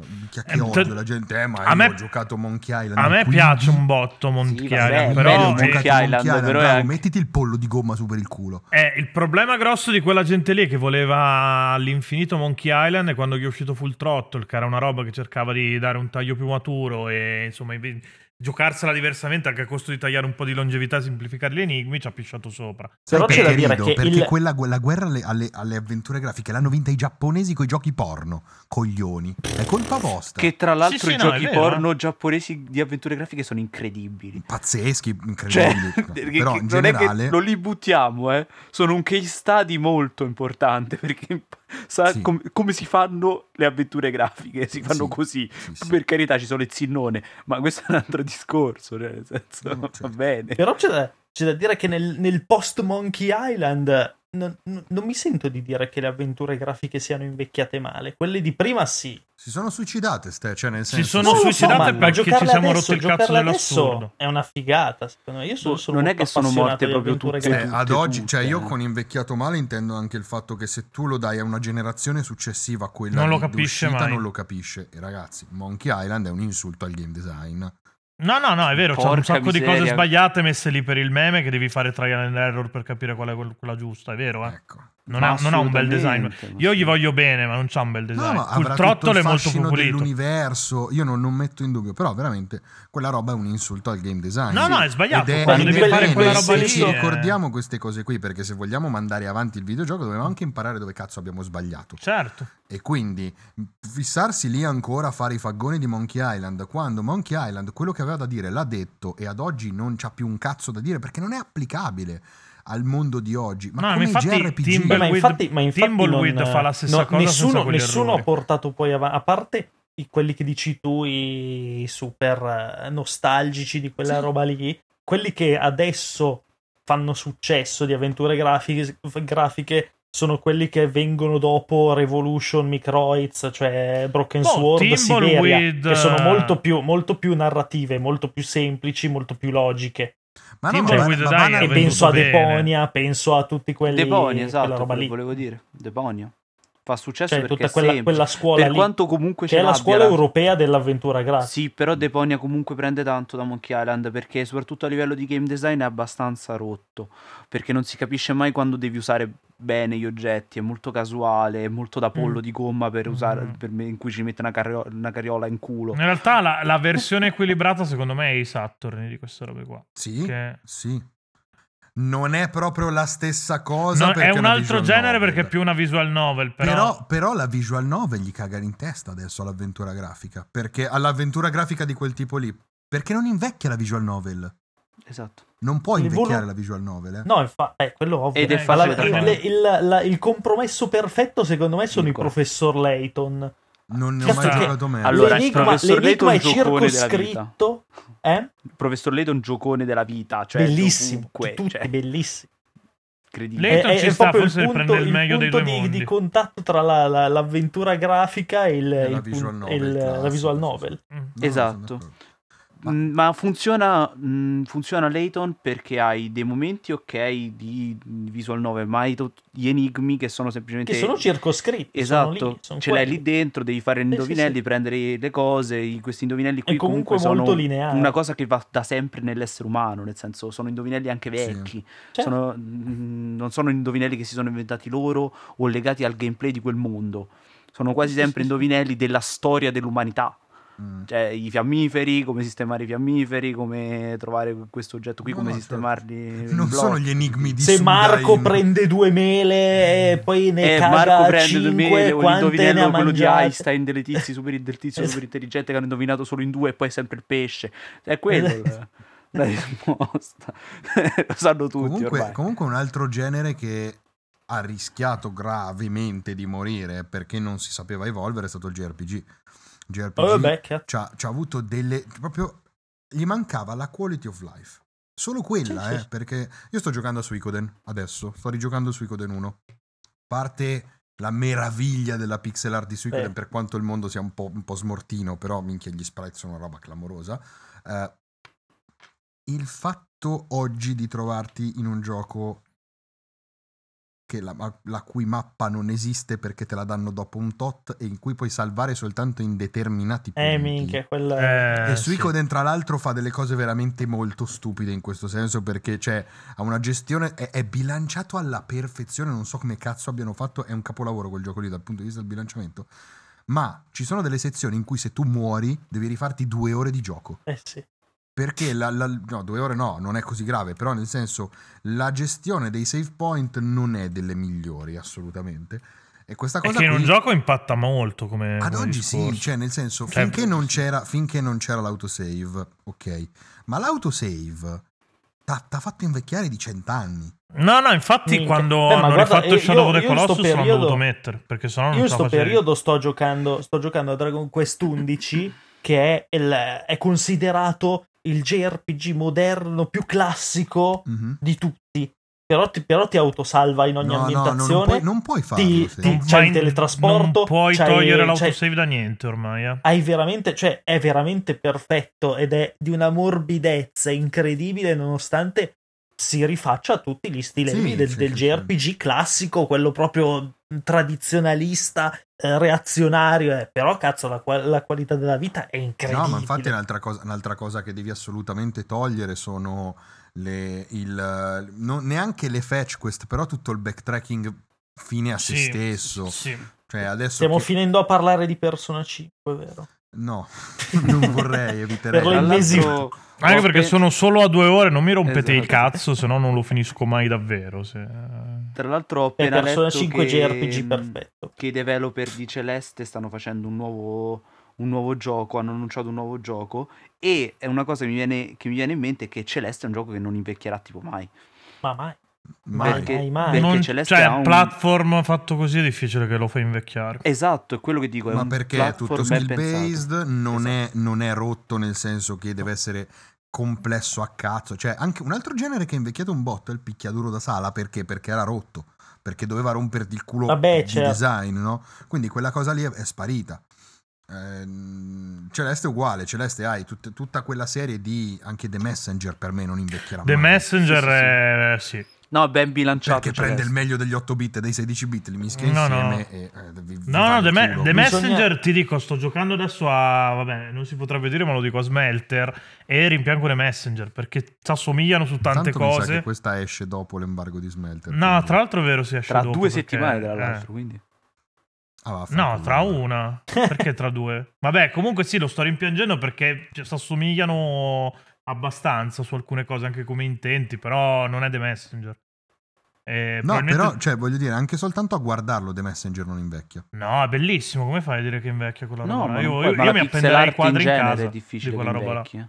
A: Minchia Che
B: Eh,
A: odio
B: cioè,
A: la gente, eh, ma
B: a
A: io
B: me-
A: ho giocato Monkey Island.
B: A me
A: quindi-
B: piace un botto Monkey
D: Sì, vabbè,
B: Island,
D: è
B: però
A: Bello, ho
B: è-
D: bello
A: giocato
D: Monkey
A: Monkey
D: Island,
A: Island,
D: però è
A: bravo,
D: anche-
A: mettiti il pollo di gomma su per il culo.
B: Eh, il problema grosso di quella gente lì che voleva l'infinito Monkey Island è quando gli è uscito Full Throttle, che era una roba che cercava di dare un taglio più maturo e insomma inve- giocarsela diversamente anche a costo di tagliare un po' di longevità e semplificare gli enigmi, ci ha pisciato sopra.
A: Sai
C: Però c'è da
A: perché
C: dire
A: rido?
C: che
A: perché
C: il-
A: quella, la guerra alle, alle- alle avventure grafiche l'hanno vinta i giapponesi coi giochi porno, coglioni. È colpa vostra.
D: Che tra l'altro
B: sì,
D: i
B: no, è
D: giochi
B: vero,
C: eh.
D: porno giapponesi di avventure grafiche sono incredibili.
A: Pazzeschi,
D: Cioè,
A: incredibili. Ecco.
D: che-
A: Però
D: che-
A: in
D: non è
A: generale,
D: che non li buttiamo, eh. Sono un case study molto importante perché sa
A: Sì.
D: com- come si fanno le avventure grafiche, si fanno
A: Sì.
D: così.
A: Sì, sì.
D: Per carità ci sono il zinnone, ma questo è un altro discorso, cioè, nel senso,
A: Mm, certo.
D: va bene.
C: Però c'è da, c'è da dire che nel, nel post Monkey Island non, non- non mi sento di dire che le avventure grafiche siano invecchiate male. Quelle di prima sì.
A: si sono suicidate, ste, cioè nel
B: Si
A: senso...
B: sono
C: Non lo
B: suicidate
C: ma- ma
B: perché ci
C: giocarle
B: siamo rotti il cazzo
C: giocarle
B: dell'assurdo.
C: adesso È una figata, secondo me. Io sono,
D: Boh,
C: sono
D: non è
C: molto
D: che sono
C: appassionato
D: morte
C: di
D: proprio
C: avventure
D: tutte.
A: Eh,
C: grafiche.
A: ad
D: tutte,
A: oggi, cioè
D: tutte,
A: io
D: eh.
A: con invecchiato male intendo anche il fatto che se tu lo dai a una generazione successiva a quella
B: Non lo
A: di-
B: capisce
A: d'uscita,
B: mai.
A: non lo capisce. E ragazzi, Monkey Island è un insulto al game design.
B: No, no, no, è vero, c'è un
D: Porca
B: sacco di cose
D: miseria.
B: sbagliate messe lì per il meme che devi fare trial and error per capire qual è quel- quella giusta, è vero, eh.
A: Ecco.
B: Non,
D: Ma
B: ha, non ha un bel design.
D: assolutamente, ma
B: Io gli
D: sì.
B: voglio bene, ma non c'ha un bel
A: No,
B: design.
A: ma
B: Full
A: avrà tutto
B: Throttle
A: il
B: è Esatto. molto più
A: fascino
B: pulito.
A: dell'universo. Io non, non metto in dubbio, però veramente quella roba è un insulto al game design.
B: No, no, è sbagliato.
A: Ed è-
B: Quando
A: ed
B: devi
A: è
B: fare
A: bene
B: quella
A: che
B: roba lì.
A: Ci
B: eh.
A: ricordiamo queste cose qui perché se vogliamo mandare avanti il videogioco dobbiamo anche imparare dove cazzo abbiamo sbagliato.
B: Certo.
A: E quindi fissarsi lì ancora a fare i faggoni di Monkey Island quando Monkey Island quello che aveva da dire l'ha detto e ad oggi non c'ha più un cazzo da dire perché non è applicabile al mondo di oggi. Ma
B: No, ma
A: come i
B: infatti
A: JRPG.
B: Timber-
C: Beh, ma infatti, ma infatti
B: Thimbleweed
C: non-
B: fa la stessa cosa senza
C: Nessuno,
B: quegli
C: nessuno
B: errori.
C: ha portato poi avanti, a parte i- quelli che dici tu, i super eh, nostalgici di quella
A: Sì.
C: roba lì, quelli che adesso fanno successo di avventure grafiche, grafiche sono quelli che vengono dopo Revolution, Microids, cioè Broken
B: Boh,
C: Sword, Siberia,
B: Thimbleweed,
C: che sono
B: eh.
C: molto più, molto più narrative, molto più semplici, molto più logiche.
A: Ma no, ma,
B: Timber
A: ma,
B: with the
A: ma-
B: Dire
C: E
B: Eh, venduto
C: penso a
B: bene.
C: Deponia, penso a tutti quelli
D: Deponia,
C: quella
D: esatto,
C: roba
D: quello
C: lì.
D: volevo dire. Deponia. Fa successo
C: Cioè,
D: perché
C: tutta
D: è
C: quella,
D: semplice.
C: quella scuola
D: per
C: lì,
D: quanto comunque
C: che
D: ce
C: è la
D: l'abbia
C: scuola europea dell'avventura grafica.
D: Sì, però Deponia comunque prende tanto da Monkey Island perché soprattutto a livello di game design è abbastanza rotto, perché non si capisce mai quando devi usare bene gli oggetti, è molto casuale, è molto da pollo
C: Mm. Mm-hmm.
D: di gomma per usare,
B: Mm.
D: per me- in cui ci mette una, carrio- una carriola in culo.
C: Eh.
B: In realtà la, la versione equilibrata secondo me è i Saturn di queste robe qua.
A: Sì,
B: Che-
A: sì. Non è proprio la stessa cosa.
B: No,
A: perché
B: è un
A: una
B: altro
A: visual
B: genere
A: novel.
B: perché è più una visual novel, però...
A: Però, però la visual novel gli caga in testa adesso all'avventura grafica. Perché all'avventura grafica di quel tipo lì. Perché non invecchia la visual novel.
D: Esatto.
A: Non può
C: Il
A: invecchiare
C: volo-
A: la visual novel. eh.
C: No, infa- eh, quello ovvio.
D: Ed è
C: Ma
D: facile
C: la-
D: da
C: il,
D: fare.
C: il- la- il compromesso perfetto, secondo me, sono
D: Dico.
C: i professor Layton.
A: Non ne ho
C: Cazzo
A: mai
C: che-
A: giocato meno.
D: certo Allora, il
C: l'enigma,
D: professor
C: l'enigma è
D: Layton giocone della vita.
C: circoscritto, eh?
D: Il professor Leto è un giocone della vita, cioè
C: bellissimo.
D: ovunque,
C: tutti
D: cioè,
C: bellissimi.
D: incredibile.
B: Layton
C: È, è
B: ci sta,
C: proprio il
B: forse
C: punto,
B: prende il meglio dei
C: punto
B: due
C: di,
B: mondi.
C: di contatto tra la- la- l'avventura grafica e, il,
A: E la
C: il
A: visual
C: pun-
A: novel,
C: il- la
A: classico,
C: visual
A: sì, sì.
C: novel.
B: Mm.
A: No, no,
D: esatto.
A: sono d'accordo. Ma-
D: Mm, Ma funziona, mm, funziona Layton perché hai dei momenti ok di visual 9, ma hai tut- gli enigmi che sono semplicemente...
C: Che sono circoscritti. sono
D: Esatto,
C: lì, sono
D: ce l'hai
C: quelli.
D: lì dentro, devi fare gli
C: sì,
D: indovinelli,
C: sì.
D: prendere le cose, i- questi indovinelli qui
C: comunque
D: sono
C: molto lineare.
D: una cosa che va da sempre nell'essere umano, nel senso sono indovinelli anche vecchi,
C: Certo.
D: sono- mm, non sono indovinelli che si sono inventati loro o legati al gameplay di quel mondo, sono quasi
C: Sì,
D: sempre
C: sì, sì.
D: indovinelli della storia dell'umanità
A: Mm.
D: cioè i fiammiferi, come sistemare i fiammiferi, come trovare questo oggetto qui,
A: No,
D: come
A: no, certo.
D: sistemarli. in
A: Non
D: blocchi.
A: sono gli enigmi di
C: Se
A: Suda
C: Marco
A: in-
C: prende due mele e poi ne
D: Eh,
C: caga
D: Marco prende due
C: cinque,
D: mele, o
C: quante ne ha
D: l'indovinello quello di
C: mangiate?
D: Einstein delle tizi super, del tizio
C: Esatto.
D: super intelligente che hanno indovinato solo in due e poi sempre il pesce. È quello
C: Esatto.
D: la, la risposta. Lo sanno tutti
A: Comunque,
D: ormai.
A: comunque un altro genere che ha rischiato gravemente di morire perché non si sapeva evolvere è stato il JRPG. JRPG
C: Eh, beh, cazzo.
A: c'ha, c'ha avuto delle... proprio... gli mancava la quality of life. Solo quella,
C: Sì, sì,
A: eh,
C: sì.
A: perché io sto giocando a Suicoden adesso, sto rigiocando Suicoden 1. Parte la meraviglia della pixel art di Suicoden,
C: Eh.
A: per quanto il mondo sia un po', un po' smortino, però minchia gli sprite sono una roba clamorosa. Eh, il fatto oggi di trovarti in un gioco che la, la cui mappa non esiste perché te la danno dopo un tot e in cui puoi salvare soltanto in determinati punti.
C: Eh, minchia, quella...
B: Eh,
A: E
B: sì.
A: Suicoden, tra l'altro, fa delle cose veramente molto stupide in questo senso perché cioè, ha una gestione, è, è bilanciato alla perfezione. Non so come cazzo abbiano fatto, è un capolavoro quel gioco lì dal punto di vista del bilanciamento. Ma ci sono delle sezioni in cui se tu muori devi rifarti due ore di gioco.
C: Eh sì.
A: Perché la, la- no, due ore no, non è così grave, però nel senso la gestione dei save point non è delle migliori assolutamente. E questa
B: È
A: cosa
B: che in un
A: qui-
B: gioco impatta molto come.
A: ad
B: come
A: oggi
B: discorso.
A: sì, cioè nel senso,
B: Cioè,
A: finché, non c'era, finché non c'era l'autosave, ok, ma l'autosave ti ha fatto invecchiare di cent'anni.
B: No, no, infatti
C: Minchia.
B: quando
C: Beh, ma
B: hanno
C: guarda,
B: rifatto
C: io-
B: Shadow of the
C: io in sto
B: Colossus l'hanno
C: periodo-
B: dovuto mettere, perché sennò non
C: Io in
B: ce la
C: sto
B: facevi.
C: periodo sto giocando, sto giocando a Dragon Quest 11 che è, il- è considerato il JRPG moderno più classico
A: Mhm.
C: di tutti. Però ti, però ti autosalva in ogni
A: No, no, no, non
C: ambientazione.
A: puoi, non puoi farlo.
C: ti-
A: sì.
C: ti-
B: Non
C: c'hai
B: fai-
C: il teletrasporto,
B: Non puoi
C: c'hai-
B: togliere
C: c'hai-
B: l'autosave da niente ormai. eh.
C: Hai veramente, cioè, è veramente perfetto ed è di una morbidezza incredibile nonostante si rifaccia a tutti gli stilemi
A: Sì,
C: del,
A: sì,
C: del
A: sì, sì.
C: JRPG classico, quello proprio tradizionalista, eh, reazionario, eh. però cazzo la, qua- la qualità della vita è incredibile.
A: No, ma infatti un'altra cosa, un'altra cosa che devi assolutamente togliere sono le, il, non- neanche le fetch quest, però tutto il backtracking fine a se
B: Sì,
A: stesso.
B: sì.
A: Cioè adesso...
C: Stiamo
A: chi-
C: finendo a parlare di Persona 5, vero?
A: No, non vorrei, eviterei.
C: Per le
D: Tra
C: l'ennesima-
D: l'altro,
B: Anche
D: ho
B: perché
D: spe-
B: sono solo a due ore, non mi rompete il
D: Esatto.
B: cazzo, se no non lo finisco mai davvero. se-
D: Tra l'altro ho
C: È
D: appena
C: Persona
D: letto
C: 5
D: che,
C: JRPG
D: mm,
C: perfetto.
D: che i developer di Celeste stanno facendo un nuovo, un nuovo gioco, hanno annunciato un nuovo gioco e è una cosa che mi viene, che mi viene in mente è che Celeste è un gioco che non invecchierà tipo mai.
C: Ma mai.
A: Mai.
D: perché,
C: mai, mai.
D: perché
B: Non-
D: Celeste
B: cioè,
D: ha un...
B: platform fatto così è difficile che lo fai invecchiare.
D: Esatto, è quello che dico. è
A: Ma
D: un
A: perché è
D: platform
A: tutto
D: ben
A: skill based,
D: pensato.
A: non,
D: Esatto.
A: è, non è rotto nel senso che deve essere complesso a cazzo. Cioè, anche un altro genere che ha invecchiato un botto è il picchiaduro da sala perché? Perché era rotto, perché doveva romperti il culo
C: Vabbè,
A: di
C: certo.
A: design, no? Quindi quella cosa lì è, è sparita. Ehm, Celeste è uguale, Celeste hai tut- tutta quella serie di anche The Messenger per me non invecchierà
B: The
A: mai.
B: Messenger
D: Sì, sì, sì.
B: è- sì.
D: No, è ben bilanciato. cioè,
A: perché prende il
D: Celeste.
A: meglio degli 8 bit e dei 16 bit, li mischia
B: No, no.
A: insieme e eh, vi- vi
B: No,
A: va
B: no,
A: il
B: The, Me-
A: culo.
B: The
C: Bisogna-
B: Messenger ti dico, sto giocando adesso a. Vabbè, non si potrebbe dire, ma lo dico a Smelter. E rimpiango The Messenger perché ci assomigliano su tante
A: Tanto mi sa
B: cose.
A: che questa esce dopo l'embargo di Smelter.
B: No,
A: quindi-
B: tra l'altro è vero, si esce
D: Tra
B: dopo,
D: due
B: perché-
D: settimane, tra
B: eh.
D: l'altro, quindi.
A: Ah, vaffanculo.
B: No, tra una. Perché tra due? Vabbè, comunque sì, lo sto rimpiangendo perché ci assomigliano abbastanza su alcune cose, anche come intenti, però non è The Messenger. Eh,
A: No,
B: probabilmente-
A: però, cioè, voglio dire, anche soltanto a guardarlo The Messenger non invecchia.
B: No, è bellissimo, come fai a dire che invecchia quella roba?
D: No,
B: là?
D: ma
B: io
D: non
B: io-
D: puoi- ma
B: io
D: la
B: mi
D: pixel
B: appenderei
D: art
B: i quadri in,
D: genere
B: casa
D: è difficile
B: di
D: che
B: quella roba là.
D: invecchi, eh.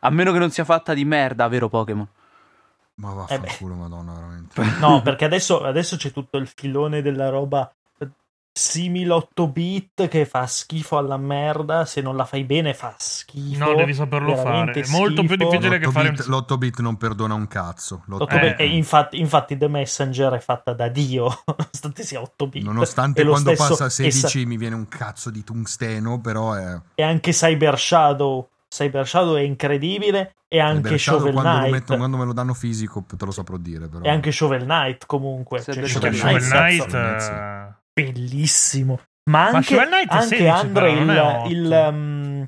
D: A meno che non sia fatta di merda, vero Pokémon?
C: Eh
A: Ma vaffanculo, madonna, veramente.
C: No, perché adesso, adesso c'è tutto il filone della roba eh, simile 8 bit che fa schifo alla merda. Se non la fai bene, fa schifo.
B: No, devi saperlo
C: veramente
B: fare. È molto più
C: schifo.
B: difficile- Dire che fare un-
A: L'8 bit non perdona un cazzo. L'8
C: Otto
B: Eh.
C: bit-
A: bit.
C: e infatti, infatti The Messenger è fatta da Dio, nonostante sia 8 bit.
A: eh, Nonostante
C: È lo
A: quando
C: stesso-
A: passa a
C: e sa-
A: 16 mi viene un cazzo di tungsteno, però è...
C: E anche Cyber Shadow Cyber Shadow è incredibile e anche
A: Cyber Shadow,
C: Shovel
A: quando, lo
C: Knight.
A: metto- quando me lo danno fisico te lo saprò dire però.
C: E anche Shovel Knight comunque.
D: Cyber
C: Cioè,
D: Shadow.
C: Shovel
B: Shovel
C: Knight,
B: Knight.
A: cazzo,
B: eh,
A: sì.
C: bellissimo. Ma anche,
B: Shovel Knight è
C: anche
B: 16,
C: Andre
B: però, non è
C: il,
B: otto.
C: il, um,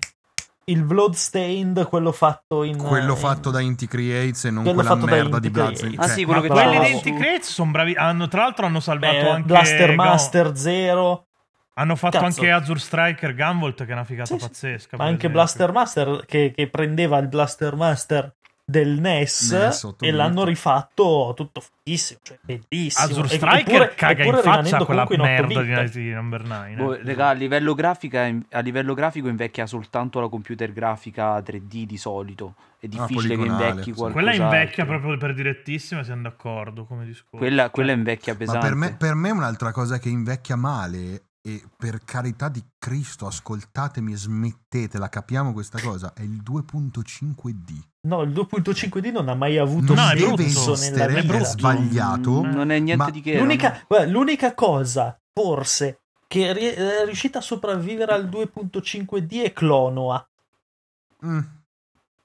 C: il Bloodstained, quello fatto in...
A: quello
C: in-
A: fatto da Inti Creates e non
C: Quello
A: quella
C: fatto da
A: merda
C: Inti
A: di cioè, Blazzi.
D: Creates. Ah, sì, quello che
B: Quelli
C: Bravo.
B: di Inti Creates sono bravi. hanno- tra l'altro hanno salvato
C: eh,
B: anche
C: Blaster
B: Gon-
C: Master Zero,
B: Hanno fatto
C: Cazzo.
B: anche Azure Striker Gunvolt che è una figata
C: Sì, sì.
B: pazzesca.
C: ma
B: per
C: anche
B: esempio.
C: Blaster Master che, che prendeva il Blaster Master del NES,
A: NES, otto
C: e
A: bit.
C: l'hanno rifatto tutto fighissimo, cioè bellissimo.
B: Azure
C: E-
B: Striker
C: eppure-
B: caga
C: eppure
B: in faccia
C: rimanendo
B: a quella
C: comunque in otto
B: merda di
C: bit.
B: Nighty Number 9.
D: Boh, raga, a livello, grafica, a livello grafico invecchia soltanto la computer grafica 3D di solito. È difficile che
A: Ah, poligonale,
D: invecchi
A: sì.
D: qualcosa.
B: Quella invecchia proprio per direttissima, siamo d'accordo come discorso.
D: Quella, quella
B: Cioè,
D: invecchia
A: Ma
D: pesante.
A: per me, per me un'altra cosa che invecchia male e per carità di Cristo ascoltatemi e smettetela, capiamo questa cosa, è il 2.5D.
C: No, il 2.5D non ha mai avuto
A: Non
B: No, è
A: deve
B: brutto.
C: nella
A: esistere,
B: è
A: è,
C: vita.
B: brutto.
A: sbagliato.
D: Mm, Non è niente
A: ma
D: di che.
C: L'unica, guarda, l'unica cosa, forse, che ri- è riuscita a sopravvivere al 2.5D è Clonoa.
A: Mm,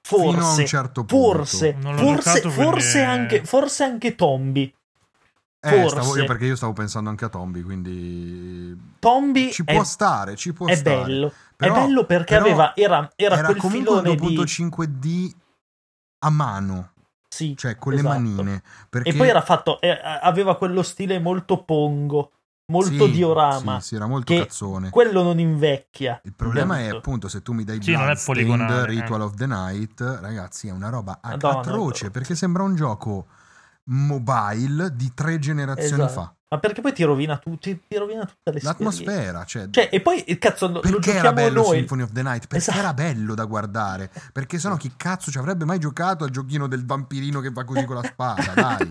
A: fino a
C: Forse.
A: un certo punto.
C: Forse,
B: Non l'ho
C: forse,
B: giocato, quindi
C: forse,
B: è-
C: anche, forse anche Tombi.
A: Eh, stavo-
C: forse.
A: io perché io stavo pensando anche a Tombi, quindi
C: Tombi
A: ci
C: è,
A: può stare, ci può
C: è
A: stare.
C: bello.
A: Però-
C: è bello perché
A: però
C: aveva, era, era,
A: Era
C: quel
A: comunque un
C: filone di...
A: 2.5D a mano,
C: Sì,
A: cioè con le
C: esatto.
A: manine. Perché...
C: E poi era fatto, eh, aveva quello stile molto pongo, molto
A: Sì,
C: diorama.
A: Sì, sì, era molto
C: che-
A: cazzone.
C: Quello non invecchia.
A: Il problema è
C: Appunto.
A: appunto se tu mi dai
B: Sì, non è
A: Bloodstained,
B: poligonale, eh.
A: Ritual of the Night, ragazzi, è una roba ac-
C: Madonna,
A: atroce
C: atroce.
A: perché sembra un gioco mobile di tre generazioni
C: Esatto.
A: fa.
C: Ma perché poi ti rovina, tu, ti, ti rovina tutta l'esperienza.
A: L'atmosfera, cioè,
C: Cioè, e poi il cazzo lo- lo
A: perché era
C: giochiamo
A: bello
C: noi.
A: Symphony of the Night? Perché
C: Esatto.
A: era bello da guardare? Perché sennò chi cazzo ci avrebbe mai giocato al giochino del vampirino che va così con la spada, dai.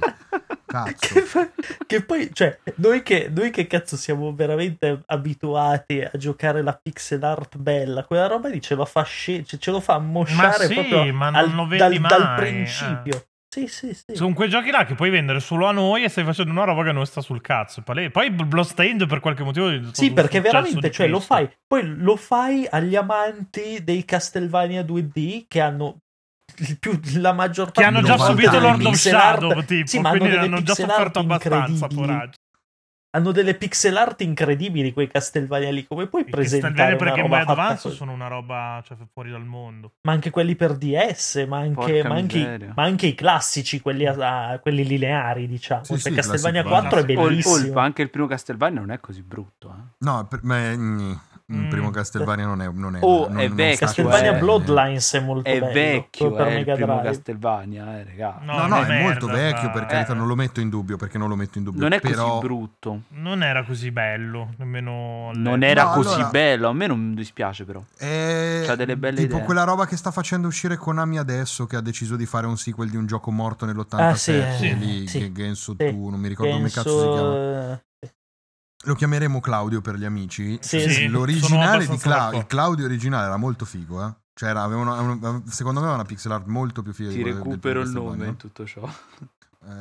A: Cazzo.
C: Che, fa- che poi, cioè, noi che, noi che cazzo siamo veramente abituati a giocare la pixel art bella, quella roba lì ce, la fa sce- ce- ce lo fa mosciare
B: sì,
C: proprio
B: ma non
C: al-
B: lo vedi
C: dal, dal
B: mai, eh.
C: principio. Sì, sì, sì.
B: Sono quei giochi là che puoi vendere solo a noi e stai facendo una roba che non sta sul cazzo. è palese. Poi Bloodstained per qualche motivo è stato
C: Sì,
B: un
C: perché
B: successo
C: veramente,
B: di
C: cioè, lo
B: Cristo.
C: fai, poi lo fai agli amanti dei Castlevania 2D che hanno il più- la maggior parte
B: Che hanno già
A: 90
B: subito
A: anni.
B: Lord of
C: pixel art-
B: Shadow, tipo,
C: sì, ma hanno
B: quindi
C: delle
B: hanno già
C: pixel
B: sofferto
C: art
B: abbastanza,
C: incredibili.
B: poracci.
C: hanno delle pixel art incredibili quei Castelvania lì. Come puoi
B: Perché Castlevania
C: presentare
B: per
C: una
B: Game
C: roba
B: Boy
C: fatta
B: Advance
C: così?
B: sono una roba cioè, fuori dal mondo.
C: Ma anche quelli per DS, ma anche,
D: Porca
C: ma anche,
D: miseria.
C: ma anche i classici, quelli, a- a- quelli lineari, diciamo.
A: Sì,
C: Perché
A: sì,
C: Castelvania
A: classico.
C: 4 è
B: Classico.
D: Ol-
C: bellissimo.
D: Olpa, anche il primo Castelvania non è così brutto. Eh.
A: No, per me, gni, il
B: Mm.
A: primo Castelvania non è... Non è
D: Oh,
A: non-
D: è
A: non
D: vecchio,
A: sta
C: Castelvania
A: così
D: eh.
A: bene.
C: Bloodlines è molto
D: È
C: bello.
D: vecchio
C: per
D: eh, il
C: Mega
D: primo
C: Drive.
D: Castelvania, eh, raga.
A: No, no,
B: una
A: è
B: merda,
A: molto vecchio,
B: fra-
A: per
B: eh,
A: carità, non lo metto in dubbio, perché non lo metto in dubbio.
D: non è
A: però...
D: così brutto.
B: Non era così bello, nemmeno...
D: Non era
A: No,
D: così
A: allora-
D: bello. A me non dispiace, però.
A: È
D: C'ha delle belle
A: tipo
D: idee.
A: quella roba che sta facendo uscire Konami adesso che ha deciso di fare un sequel di un gioco morto nell'87
C: Ah, sì, eh, sì,
A: lì,
C: sì.
A: che Genso
C: Sì.
A: 2, non mi ricordo come cazzo si chiama.
C: Penso...
A: Lo chiameremo Claudio per gli amici.
C: Sì,
A: Sì,
C: sì,
B: sono
A: L'originale di
B: abbastanza
A: Cla-
B: d'accordo.
A: il Claudio originale era molto figo, eh. Cioè, era- aveva una- una- secondo me era una pixel art molto più figa di
D: Ti
A: quella del-
D: recupero
A: del
D: il
A: Castlevania,
D: nome in
A: no?
D: tutto ciò.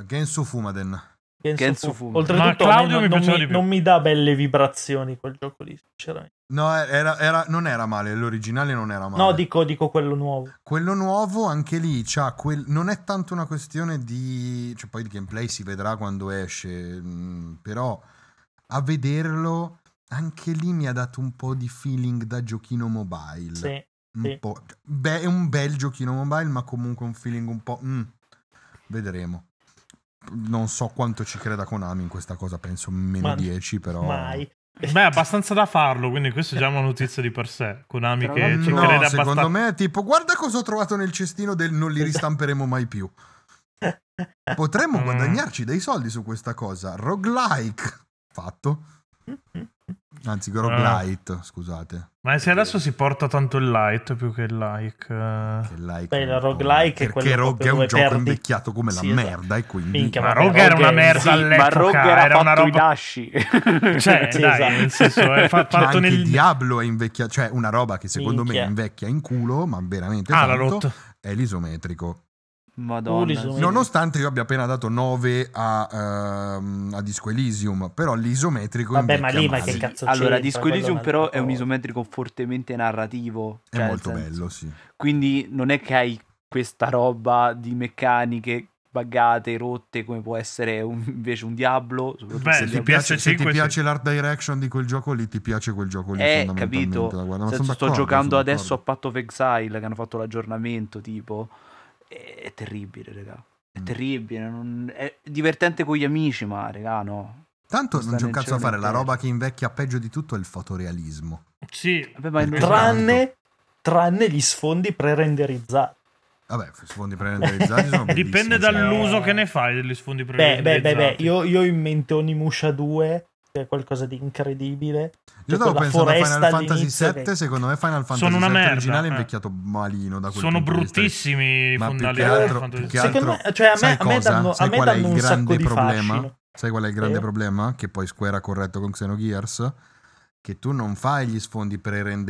A: Eh, Genso Fumaden.
C: Penso
D: Kenzo
C: fu-
D: Fuma.
B: Ma
C: Oltretutto, a me
B: Claudio
C: non,
B: mi
C: non
B: piaceva di
C: mi,
B: più.
C: non mi dà belle vibrazioni quel gioco lì, sinceramente.
A: No, era- era- non era male, l'originale non era male.
C: No, dico, dico quello nuovo.
A: Quello nuovo anche lì c'ha quel... non è tanto una questione di... cioè poi il gameplay si vedrà quando esce, mh, però a vederlo anche lì mi ha dato un po' di feeling da giochino mobile.
C: Sì.
A: Un
C: sì.
A: po'. Beh, è un bel giochino mobile, ma comunque un feeling un po'... mm, Vedremo. Non so quanto ci creda Konami in questa cosa, penso meno
C: Ma-
A: 10, però...
C: Mai.
B: Beh, abbastanza da farlo, quindi questa è già una notizia di per sé. Konami
D: Tra
B: che
D: l'altro-
B: ci
A: No,
B: crede
A: secondo
B: abbastanza.
A: me è tipo guarda cosa ho trovato nel cestino del non li ristamperemo mai più. Potremmo
B: Mm.
A: guadagnarci dei soldi su questa cosa. Roguelike. Fatto. Anzi,
B: Ah.
A: roguelite, scusate.
B: Ma se adesso si porta tanto il light più che il like... eh.
A: Che like
C: Beh,
A: è
C: il
A: un po'-
C: roguelike è quello
A: Perché rogue è
C: proprio
A: un
C: dove
A: gioco
C: perdi.
A: invecchiato come
C: Sì,
A: la
C: esatto.
A: merda e quindi...
C: Minchia,
B: Ma
C: vabbè,
B: Rogue era
C: Rogue
B: una
C: è-
B: merda
C: sì,
D: ma
B: all'epoca.
D: Rogue era,
B: era una
D: fatto i
B: roba...
D: dashi.
B: Cioè,
C: Sì,
B: dai,
C: esatto.
B: nel senso, eh. è fa-
A: Ma
B: fatto
A: anche
B: nel...
A: Diablo è invecchiato, cioè una roba che secondo
C: Minchia.
A: me invecchia in culo, ma veramente
B: Ah, l'ha
A: tanto,
B: rotto.
A: è l'isometrico.
D: Madonna.
C: Uliso,
D: sì.
C: no,
A: Nonostante io abbia appena dato 9 a, ehm, a Disco Elysium, però l'isometrico
C: Vabbè, ma
A: invecchia
C: lì, ma
A: male.
C: che cazzo
D: Allora,
C: c'entra?
D: Disco
C: Quello
D: Elysium
C: è
D: però
C: un'altra
D: è un
C: cosa.
D: isometrico fortemente narrativo.
A: È
D: cioè,
A: molto
D: nel senso-
A: bello, sì.
D: Quindi non è che hai questa roba di meccaniche buggate, rotte, come può essere un- invece un Diablo. soprattutto
E: Beh,
A: Se
D: se
A: ti
E: il
D: Diablo-
A: piace, se ti
E: PS5 sì.
A: piace l'art direction di quel gioco lì, ti piace quel gioco lì.
D: Eh,
A: fondamentalmente,
D: capito.
A: da guarda, ma
D: Nel
C: Cioè,
A: sono
D: senso, sto
A: d'accordo,
D: giocando
A: sono
D: adesso a
A: d'accordo.
D: Path of Exile che hanno fatto l'aggiornamento, tipo. È, è terribile, raga. È
A: Mm.
D: terribile. non- È divertente con gli amici, ma, raga, no.
A: Tanto non c'è un
D: Stanno
A: cazzo da fare, la
D: intero.
A: roba che invecchia peggio di tutto è il fotorealismo.
B: Sì,
D: Vabbè, ma è
A: Perché
D: normale.
A: tra-
C: Tranne, tranne gli sfondi pre-renderizzati.
B: Mm,
A: Vabbè, i fondi pre-renderizzati sono bellissimi.
B: dipende
A: sì.
B: dall'uso che ne fai degli sfondi
C: Beh,
B: pre
C: beh, beh, beh, io, io ho in mente Onimusha 2, che è qualcosa di incredibile.
A: Io
C: Cioè,
A: stavo
C: quella
A: pensando a
C: foresta
A: Final Fantasy
C: all'inizio
A: VII,
C: che-
A: secondo me Final Fantasy
B: Sono una
A: VII
B: merda,
A: originale è
B: eh.
A: invecchiato malino da quel
B: Sono
A: punto di vista lì.
B: bruttissimi i
A: Ma più
B: fondali
A: che
B: di
A: altro-
B: Final Fantasy.
A: più che altro-
C: Secondo me,
B: Eh,
C: cioè, a me,
A: Sai
C: a me
A: cosa?
C: danno, a
A: Sai
C: me
A: qual è
C: danno
A: il
C: un sacco
A: grande
C: di
A: problema?
C: fascino.
A: Sai qual è il grande
C: Eh?
A: problema? Che poi Square ha corretto con Xenogears? Che tu non fai gli sfondi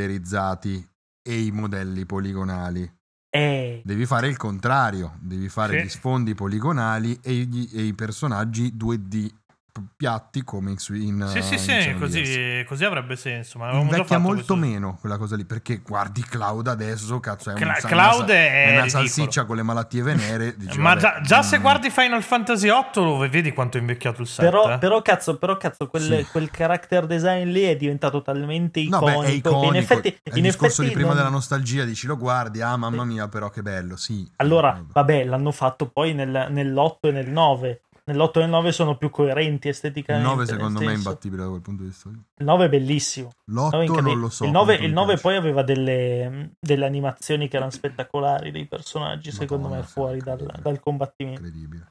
A: pre-renderizzati e i modelli poligonali.
C: Eh,
A: Devi fare il contrario. Devi fare
B: Sì.
A: gli sfondi poligonali e, gli- e i personaggi 2D p- piatti come in, su- in
B: Sì, sì,
A: in
B: sì,
A: Xenogears.
B: così, così avrebbe senso. Ma avevamo già
A: Invecchia
B: fatto
A: molto
B: questo-
A: meno quella cosa lì perché guardi Cloud adesso, cazzo, è un
B: Cla-
A: sa-
B: Cloud
A: una, sa-
B: è
A: una
B: ridicolo.
A: salsiccia con le malattie venere. dici,
B: Ma
A: vabbè,
B: già, già se
A: mm.
B: guardi Final Fantasy VIII lo vedi quanto è invecchiato il set.
C: però,
B: eh.
C: però cazzo, però cazzo quel,
A: Sì.
C: quel character design lì è diventato talmente
A: No,
C: iconico.
A: beh, è iconico.
C: che in effetti,
A: è il
C: in
A: discorso
C: effetti
A: di prima
C: non-
A: della nostalgia, dici lo guardi, ah mamma
C: Sì.
A: mia, però che bello, sì.
C: Allora,
A: Eh,
C: vabbè, l'hanno fatto poi nel- nell'8 e nel 9. Nell'8 e nel 9 sono più coerenti
A: Il
C: esteticamente.
A: 9
C: nel
A: secondo me è
C: senso-
A: imbattibile da quel punto di vista. lì.
C: Il 9 è bellissimo. No,
A: L'8
C: incredibile.
A: non lo so.
C: Il 9,
A: quanto mi piace.
C: poi aveva delle, delle animazioni che erano spettacolari dei personaggi, secondo
A: Madonna,
C: me,
A: sì,
C: fuori dal,
A: incredibile.
C: dal combattimento.
A: Incredibile.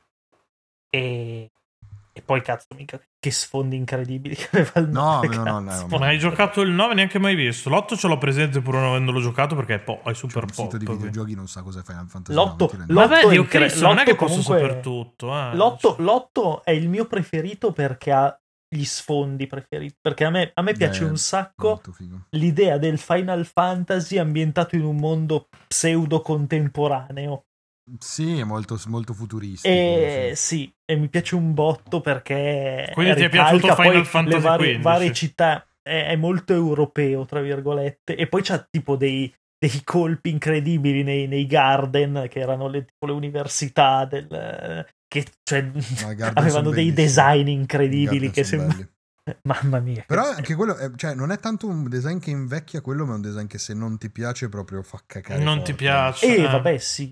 A: Cioè,
C: E, e poi, cazzo, mica che sfondi incredibili che aveva il
A: No,
C: nove,
A: no, no,
C: cazzo.
A: no,
B: Non hai giocato il 9 neanche mai visto. L'8 ce l'ho presente pur non avendolo giocato perché è, po- è
A: C'è
B: super
A: un sito di
B: pop.
A: videogiochi non sa cos'è Final Fantasy. no,
C: L'otto-
A: ti rendi-
C: l'otto-
B: Vabbè, Dio
C: è incre-
B: Cristo, non è che
C: l'otto
B: posso
C: comunque-
B: sapere tutto. Eh.
C: L'otto- l'otto è il mio preferito perché ha gli sfondi preferiti. Perché a me, a me piace
A: Beh,
C: un sacco
A: Molto figo.
C: l'idea del Final Fantasy ambientato in un mondo pseudo contemporaneo.
A: Sì, è molto, molto futuristico.
C: E
A: sì.
C: sì, e mi piace un botto perché.
B: Quindi ti è
C: ricalca
B: piaciuto
C: poi
B: Final Fantasy
C: le varie,
B: XV?
C: varie città. È, è molto europeo, tra virgolette. E poi c'ha tipo dei, dei colpi incredibili nei, nei garden, che erano le, tipo le università del. Che cioè,
A: No, i Garden
C: avevano
A: sono
C: dei
A: bellissimi.
C: design
A: I
C: incredibili
A: Garden
C: che
A: sono
C: sembra...
A: belli.
C: Mamma mia.
A: Però anche quello, è- cioè, non è tanto un design che invecchia quello, ma è un design che se non ti piace proprio fa cacare.
B: Non
A: forte.
B: ti piace.
C: E
B: eh.
C: vabbè, sì.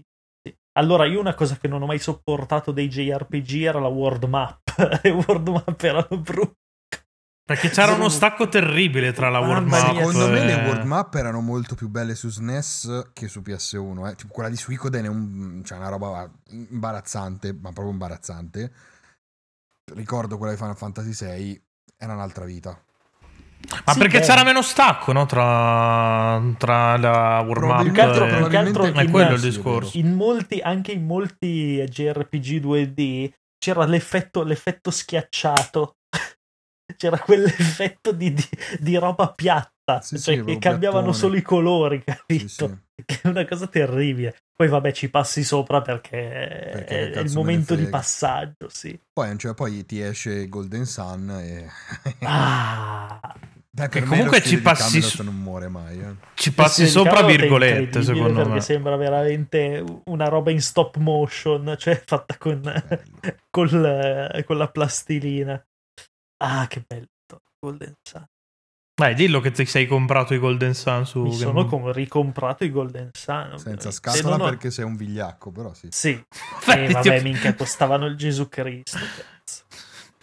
C: Allora, io una cosa che non ho mai sopportato dei JRPG era la world map. Le world map erano brutte.
B: Perché c'era
C: Sono-
B: uno stacco terribile tra la
C: Mamma
B: world
C: mia,
B: map.
A: Ah, Secondo me le
B: eh.
A: world map erano molto più belle su SNES che su PS1. eh. Tipo quella di Suicoden è un- cioè, una roba imbarazzante, ma proprio imbarazzante. Ricordo quella di Final Fantasy VI, era un'altra vita.
B: Ma
C: Sì,
B: perché
C: beh.
B: c'era meno stacco, no? Tra, tra la world
A: Probabilmente-
B: map.
C: Più che altro-
B: e-
C: più che altro
A: probabilmente
C: in-
B: è quello il
A: sì, è
B: discorso.
C: in molti, anche in molti JRPG 2D c'era l'effetto, l'effetto schiacciato, c'era quell'effetto di, di- di roba piatta,
A: Sì, sì,
C: cioè che
A: proprio
C: cambiavano
A: piattone.
C: solo i colori, capito?
A: Sì, sì.
C: Che è una cosa terribile. Poi vabbè ci passi sopra perché,
A: Perché che
C: è, è il
A: cazzo me ne
C: momento di
A: frega.
C: passaggio, sì.
A: Poi, cioè, poi ti esce Golden Sun e...
C: Ah,
A: Dai,
B: Che
A: per me
B: comunque
A: lo stile
B: ci
A: di
B: passi
A: Camelot
B: su-
A: non muore mai. eh.
B: Ci passi
C: Sì,
B: sopra
C: Camelot è
B: virgolette,
C: incredibile
B: secondo
C: perché
B: me.
C: sembra veramente una roba in stop motion, cioè fatta con...
A: Bello.
C: col, eh, con la plastilina. Ah, che bello. Golden Sun.
B: Dai, dillo che ti sei comprato i Golden Sun su
C: Mi
B: Game
C: sono
B: Boy.
C: com- ricomprato i Golden Sun.
A: Senza
C: ovviamente.
A: scatola
C: Non ho-
A: perché sei un vigliacco, però sì.
C: Sì,
B: Beh,
C: e Eh, vabbè,
B: ti-
C: minchia, costavano il Gesù Cristo. cazzo.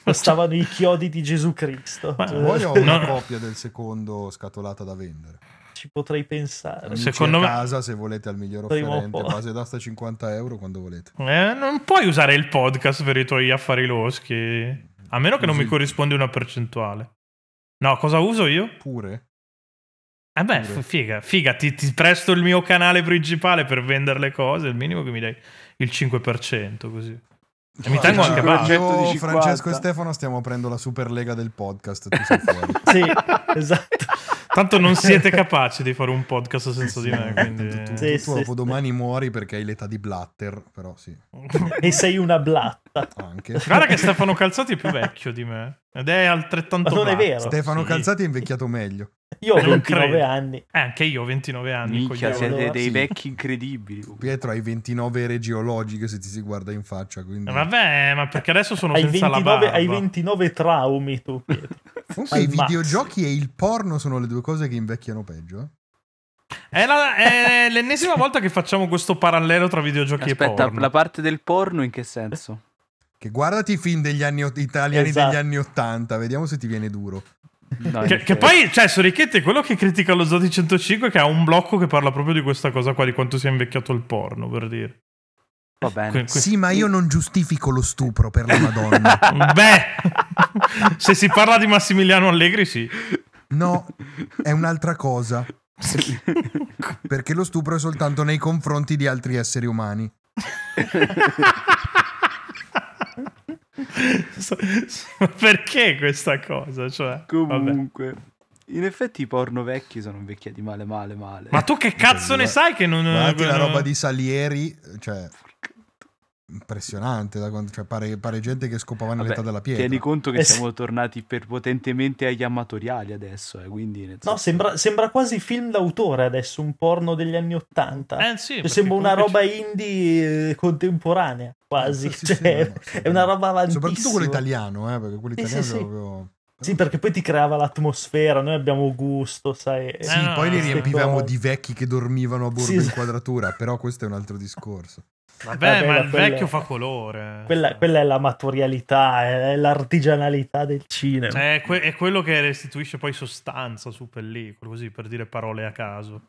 C: Costavano i chiodi di Gesù Cristo.
B: Ma-
C: Cioè,
A: Poi ho una
B: No.
A: copia del secondo scatolata da vendere.
C: Ci potrei pensare.
A: Amici
B: Secondo
A: a
B: me-
A: casa se volete al miglior
C: Prima o
A: offerente,
C: poi.
A: base d'asta 50 euro quando volete.
B: Eh, non puoi usare il podcast per i tuoi affari loschi. A meno che non
A: Usi-
B: mi corrispondi una percentuale. No, cosa uso io?
A: Pure?
B: Eh beh,
A: Pure.
B: f- figa, figa, ti, ti presto il mio canale principale per vendere le cose, il minimo che mi dai il 5% così. E mi tengo anche basso.
A: Io,
D: 150.
A: Francesco e Stefano stiamo aprendo la Superlega del podcast, tu sei fuori.
C: Sì, esatto.
B: Tanto non siete capaci di fare un podcast senza di me,
A: Tu,
B: quindi...
C: Sì,
A: tu
C: sì,
A: dopo domani muori perché hai l'età di Blatter, però sì,
C: E sei una blatta.
A: anche.
B: Guarda che Stefano Calzati è più vecchio di me. Ed è altrettanto
C: Ma non è
B: matto.
C: vero.
A: Stefano
B: Sì.
A: Calzati è invecchiato meglio.
C: Io ho
B: Non
C: 29
B: credo.
C: anni.
B: Eh, anche io ho 29 anni.
D: Minchia,
B: coglione.
D: siete dei
A: Sì.
D: vecchi incredibili.
A: Pietro hai 29 ere geologiche se ti si guarda in faccia, quindi...
B: Vabbè, Eh, ma perché adesso sono
C: Mm. Hai
B: senza la
C: 29,
B: barba.
C: hai 29 traumi tu. Pietro.
A: Comunque
C: al
A: i
C: massimo.
A: videogiochi e il porno sono le due cose che invecchiano peggio. eh.
B: È, la- è l'ennesima volta che facciamo questo parallelo tra videogiochi e
D: Aspetta,
B: porno.
D: la parte del porno in che senso?
A: Che guardati i film degli anni ott- italiani
C: Esatto.
A: degli anni 80, vediamo se ti viene duro.
D: No,
B: Che,
D: in
B: che poi, cioè, Sorichetti è quello che critica lo Zodi 105 che ha un blocco che parla proprio di questa cosa qua, di quanto sia invecchiato il porno, per dire.
D: Va bene.
B: Que- que-
A: Sì, ma io non giustifico lo stupro per la Madonna.
B: Beh, se si parla di Massimiliano Allegri, sì.
A: No, è un'altra cosa, perché lo stupro è soltanto nei confronti di altri esseri umani.
B: So- so- Perché questa cosa? Cioè, vabbè.
D: Comunque, in effetti i porno vecchi sono invecchiati male, male, male.
B: Ma tu che cazzo ne sai che non...
A: Guardati la
B: non-
A: roba di Salieri, cioè impressionante da quando cioè, pare, pare gente che scopava
D: Vabbè,
A: nell'età della pietra.
D: Tieni conto che
C: Eh sì.
D: siamo tornati perpotentemente agli amatoriali adesso, eh, quindi... nel
C: No,
D: senso-
C: sembra, sembra quasi film d'autore adesso, un porno degli anni 80.
B: Eh sì,
C: Cioè,
B: perché
C: sembra una
B: comunque
C: roba indie eh, contemporanea, quasi.
A: Sì, sì, sì,
C: Cioè,
A: no, sì.
C: è una roba avantissima.
A: Soprattutto quello italiano, eh, perché quello
C: Sì, sì,
A: italiano
C: sì.
A: è proprio...
C: Sì, perché poi ti creava l'atmosfera, noi abbiamo gusto, sai.
A: Sì,
B: Eh, no,
A: poi li
B: sì.
A: riempivamo di vecchi che dormivano a bordo
C: Sì,
A: in
C: sì.
A: quadratura, però questo è un altro discorso.
B: Vabbè,
C: Vabbè,
B: ma
C: ma
B: il
C: quella-
B: vecchio fa colore.
C: Quella, quella è l'amatorialità, è l'artigianalità del cinema.
B: Cioè, è, que- è quello che restituisce poi sostanza su pellicola, così per dire parole a caso.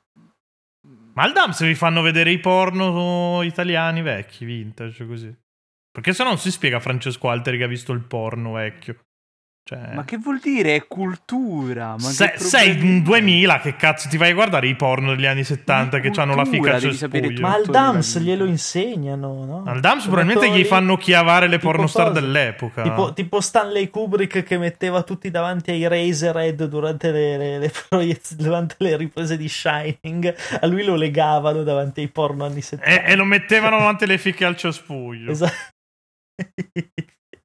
B: Ma al DAM se vi fanno vedere i porno italiani vecchi, vintage, così. Perché se no non si spiega a Francesco Alteri che ha visto il porno vecchio. Cioè,
D: Ma che vuol dire? È cultura. Ma
B: se-
D: che
B: sei
D: problemi-
B: in 2000, che cazzo ti vai a guardare i porno degli anni 70 che
D: cultura,
B: hanno la fica
D: devi sapere
B: cespuglio?
C: Ma al
D: tutto
C: DAMS
D: nella vita.
C: glielo insegnano, no?
B: Al DAMS probabilmente gli fanno chiavare le
C: Tipo
B: pornostar
C: cosa?
B: dell'epoca.
C: Tipo, tipo Stanley Kubrick che metteva tutti davanti ai Razorhead durante le, le- le proiez- durante le riprese di Shining, a lui lo legavano davanti ai porno anni 70.
B: e, e lo mettevano davanti le fiche al cespuglio.
C: Esatto.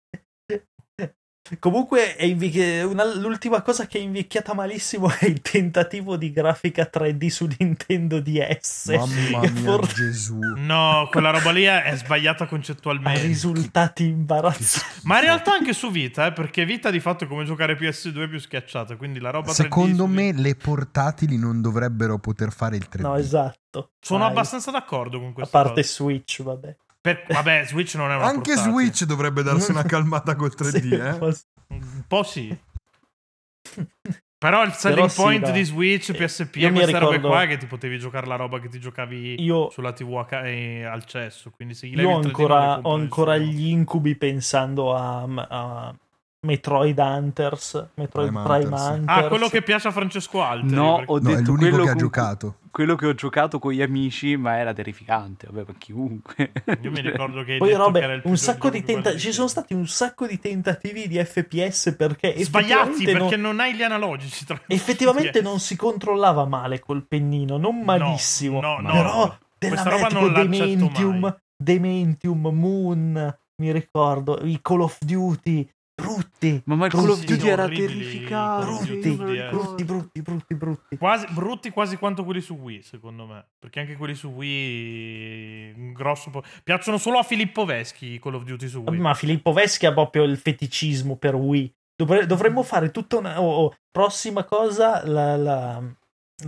C: Comunque, è invecchi- una- l'ultima cosa che è invecchiata malissimo è il tentativo di grafica 3D su Nintendo DS.
A: Mamma mia,
C: For-
A: Gesù.
B: No, quella roba lì è è sbagliata
C: Ha
B: concettualmente.
C: risultati imbarazzanti.
B: Ma in realtà anche su Vita, eh, perché Vita di fatto è come giocare PS2 più schiacciata, quindi la roba 3D
A: Secondo
B: su Vita-
A: me le portatili non dovrebbero poter fare il 3D.
C: No, esatto.
B: sono
C: Vai.
B: abbastanza d'accordo con
C: A
B: questa
C: parte
B: cosa.
C: Switch, vabbè.
B: Per- vabbè, Switch non è una
A: Anche
B: portatile.
A: Switch dovrebbe darsi una calmata col 3D,
C: Sì,
A: eh.
C: forse-
B: un po' sì. Però il selling
C: sì,
B: point
C: dai.
B: di Switch, PSP
C: Io
B: e
C: mi
B: queste robe
C: ricordo-
B: qua è che ti potevi giocare la roba che ti giocavi
C: Io-
B: sulla TV a ca- eh, al cesso, quindi se gli
C: Io
B: levi
C: ho
B: il 3D non le
C: ancora,
B: compri
C: ho ancora
B: nessuno.
C: gli incubi pensando a, a Metroid Hunters, Metroid
A: Prime
C: Prime,
A: Hunters. Ah,
B: Ah,
C: Hunters.
B: quello che piace a Francesco Alteri.
D: No,
B: perché-
D: ho
A: No, è
D: detto
A: l'unico
D: quello
A: che ha
D: con-
A: giocato.
D: Quello che ho giocato con gli amici, ma era terrificante, vabbè, per chiunque.
B: Io mi ricordo che hai
C: Poi
B: detto che era il
C: Cioè, Robe, un
B: peggior
C: sacco di
B: gioco che
C: tenta-
B: guardavi.
C: ci sono stati un sacco di tentativi di FPS perché
B: sbagliati
C: effettivamente non-
B: perché non... hai gli analogici. Tra
C: effettivamente
B: Sì.
C: non si controllava male col pennino, non malissimo,
B: no, no,
C: però
B: no.
C: della
B: Questa roba
C: tipo
B: non l'accetto mai.
C: Dementium, Dementium, Moon, mi ricordo, i Call of Duty, brutti,
D: Ma, ma il Call of
C: Sì,
D: Duty
B: sono
D: era
B: orribili,
D: terrificante.
C: Call of
D: io me lo
B: Duty, eh.
C: brutti,
D: ricordo.
C: brutti, brutti, brutti.
B: Quasi, brutti quasi quanto quelli su Wii, secondo me. Perché anche quelli su Wii. Un grosso po'. Piacciono solo a Filippo Veschi i Call of Duty su Wii.
C: Ma Filippo Veschi ha proprio il feticismo per Wii. Dovre- dovremmo fare tutta una. oh, oh, prossima cosa, la, la,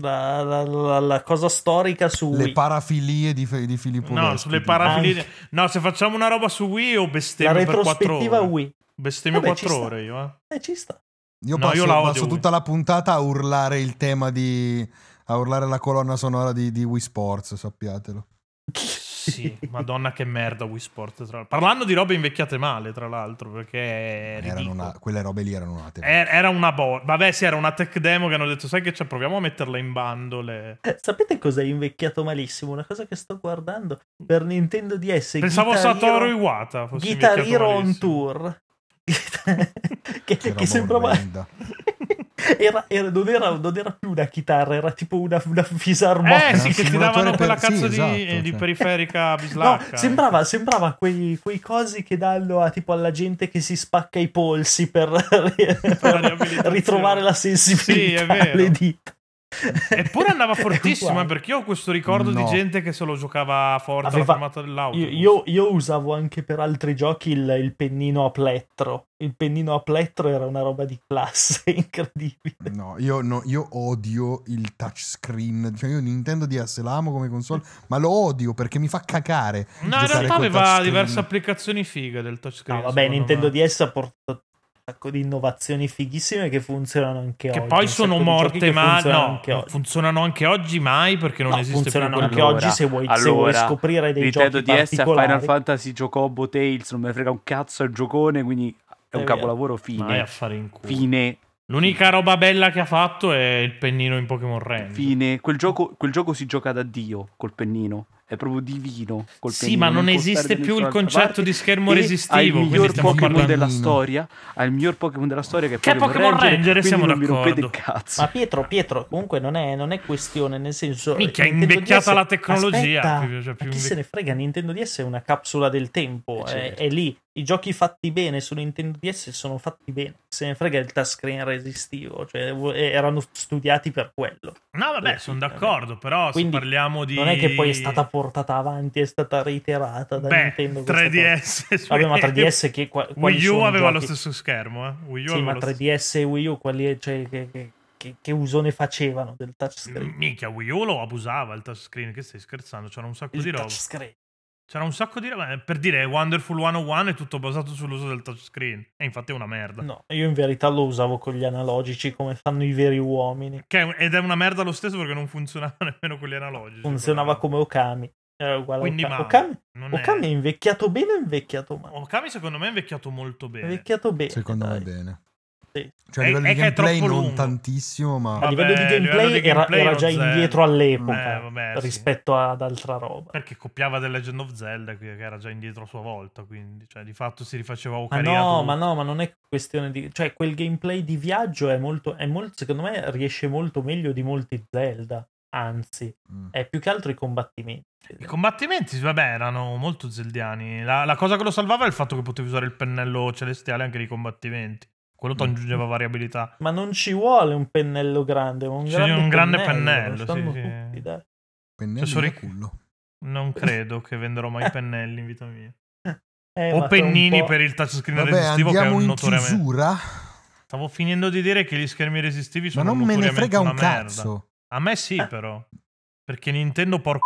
C: la- la- la- la cosa storica su
A: Le
C: Wii.
A: parafilie di, Fe- di Filippo
B: No,
A: Vespi,
B: sulle
A: tipo.
B: parafilie. No, se facciamo una roba su Wii, io
C: la
B: bestemmio per 4
C: retrospettiva
B: ore.
C: Wii.
B: Bestemmio
C: Vabbè, ci
B: 4
C: sta.
B: ore io, eh.
C: Eh, ci sta.
A: Io
B: No,
A: passo,
B: io la odio,
A: passo
B: Wii.
A: tutta la puntata a urlare il tema di... a urlare la colonna sonora di, di Wii Sports, sappiatelo.
B: Sì, madonna che merda Wii Sport. Tra... Parlando di robe invecchiate male, tra l'altro, perché... è
A: Erano
B: ridicolo.
A: una- Quelle robe lì erano una tele-
B: Er- Era una bo- Vabbè, sì, era una tech demo che hanno detto, sai che c'è, proviamo a metterla in bandole.
C: Eh, Sapete cosa è invecchiato malissimo? Una cosa che sto guardando per Nintendo DS.
B: Pensavo
C: Guitar
B: Satoru
C: Hero-
B: Iwata. fosse
C: Guitar
B: invecchiato
C: Hero on
B: malissimo.
C: Tour. che
A: Che
C: che
A: roba
C: sembrava.
A: orrenda.
C: Era- era- non, era, non era più una chitarra, era tipo una, una fisarmonica.
B: Eh sì, che ti
A: simulatore
B: davano quella
A: per-
B: cazzo
A: sì,
B: di,
A: esatto,
B: eh, di
A: cioè.
B: periferica
C: No,
B: bislacca.
C: sembrava, sembrava quei, quei cosi che danno a, tipo alla gente che si spacca i polsi per,
B: riabilitazione.
C: ritrovare la sensibilità
B: Sì, è vero.
C: alle dita.
B: Eppure andava
C: È
B: fortissimo, eh,
C: uguale.
B: perché io ho questo ricordo
A: No.
B: di gente che se lo giocava forte alla
C: Aveva-
B: fermata dell'auto.
C: Ah, Io, io- io usavo anche per altri giochi il, il pennino a plettro. Il pennino a plettro era una roba di classe incredibile.
B: Mm,
A: No, io, no, io odio il touchscreen. Cioè, io Nintendo DS l'amo come console, ma lo odio perché mi fa cacare.
B: No, in
A: giocare
B: realtà
A: col
B: aveva
A: touchscreen.
B: diverse applicazioni fighe del touchscreen.
C: No, vabbè,
B: secondo
C: Nintendo
B: me.
C: DS ha portato un sacco di innovazioni fighissime che funzionano anche
B: Che
C: oggi.
B: poi
C: un sacco
B: sono
C: di
B: morte,
C: giochi che
B: ma
C: funzionano
B: no,
C: anche oggi.
B: funzionano anche oggi mai perché non
C: No,
B: esiste più
C: funzionano anche
B: quello.
C: oggi se vuoi, se vuoi
D: allora,
C: scoprire dei
D: Nintendo
C: giochi
D: DS a
C: particolari.
D: Final Fantasy giocò Tales, non me ne frega un cazzo, è un giocone, quindi è
C: È
D: un
C: vero.
D: capolavoro
B: Mai a
D: fine.
B: fare in culo.
D: Fine,
B: L'unica roba bella che ha fatto è il pennino in Pokémon Ranger.
D: fine. Quel gioco, quel gioco si gioca da Dio col pennino. È proprio divino. Col
B: Sì,
D: pennino,
B: ma non
D: può stare
B: esiste
D: da
B: più il
D: nessun'altra
B: concetto
D: parte.
B: di schermo
D: E ha il
B: resistivo. Quindi
D: miglior
B: stiamo
D: Pokémon
B: parlando
D: della
A: Pennino.
D: storia. Ha il miglior Pokémon della storia che è
B: Che è
D: Pokémon,
B: Pokémon Ranger,
D: quindi
B: siamo
D: non mi rompete
B: d'accordo.
D: il cazzo.
C: Ma Pietro, Pietro, comunque non è, non è questione, nel senso...
B: Minchia, è
C: Nintendo
B: invecchiata
C: DS
B: la tecnologia,
C: aspetta,
B: più- cioè, più
C: ma chi
B: invec-
C: se ne frega, Nintendo DS è una capsula del tempo,
D: Eh,
C: è,
D: certo.
C: è lì. I giochi fatti bene su Nintendo DS sono fatti bene. Se ne frega il touchscreen resistivo, cioè eh, erano studiati per quello.
B: No, vabbè,
C: Eh,
B: sono
C: sì,
B: d'accordo, però
C: Quindi
B: se parliamo di...
C: Non è che poi è stata portata avanti, è stata reiterata da
B: Beh,
C: Nintendo. questa cosa.
B: 3DS. su-
C: Vabbè, ma 3DS che... qua- quali
B: Wii U
C: sono
B: aveva lo
C: giochi?
B: stesso schermo, eh. Wii U
C: Sì,
B: aveva
C: ma
B: lo stesso-
C: 3DS e Wii U, quali, cioè, che, che- che- che usone facevano del touchscreen?
B: Minchia, Wii U lo abusava il touchscreen, che stai scherzando? C'era un sacco di
C: Il
B: roba.
C: touchscreen.
B: C'era un sacco di roba. Eh, Per dire, Wonderful 101 è tutto basato sull'uso del touchscreen. E infatti è una merda.
C: No, io in verità lo usavo con gli analogici come fanno i veri uomini.
B: Che è un- ed è una merda lo stesso perché non funzionava nemmeno con gli analogici.
C: Funzionava come Okami. Era uguale a
B: Quindi
C: Okami.
B: male.
C: Okami.
B: Non è-
C: Okami è invecchiato bene o invecchiato male?
B: Okami secondo me è invecchiato molto
C: È
B: bene.
C: Invecchiato bene.
A: Secondo me
C: dai.
A: bene.
C: Sì.
A: Cioè,
B: È-
A: a livello
B: è
A: di
B: che è
A: gameplay
B: troppo
A: non
B: lungo.
A: tantissimo, ma
C: A livello di
B: Vabbè, a livello
C: gameplay,
B: di
C: era-
B: gameplay
C: era,
B: lo
C: già
B: zero.
C: indietro all'epoca
B: Eh, vabbè, sì.
C: rispetto ad altra roba.
B: Perché copiava The Legend of Zelda, qui, che era già indietro a sua volta, quindi cioè, di fatto si rifaceva
C: Ma
B: Ocarina.
C: no,
B: tutto.
C: ma no, ma non è questione di... Cioè, quel gameplay di viaggio è molto, è molto... Secondo me riesce molto meglio di molti Zelda. Anzi,
A: Mm.
C: è più che altro i combattimenti.
B: I combattimenti, vabbè, erano molto zeldiani. La, la cosa che lo salvava è il fatto che potevi usare il pennello celestiale anche nei combattimenti.
C: Mm.
B: Quello ti aggiungeva variabilità.
C: Ma non ci vuole un pennello grande, ma un,
B: Sì,
C: grande,
B: un grande
C: pennello. lo
B: pennello, sì,
C: sanno
B: sì.
C: tutti, dai.
A: pennello da
B: Cioè, sorry-
A: cullo.
B: Non credo che venderò mai pennelli in vita mia.
C: Eh, ma
B: o
C: tra un
B: pennini
C: po'-
B: per il touchscreen
A: Vabbè,
B: resistivo, che è
A: andiamo
B: un
A: in
B: notoriamente.
A: chiusura,
B: Stavo finendo di dire che gli schermi resistivi
A: ma
B: sono
A: non me ne
B: notoriamente
A: frega
B: una
A: un
B: merda.
A: cazzo.
B: A me sì,
C: Eh.
B: però. Perché Nintendo porco.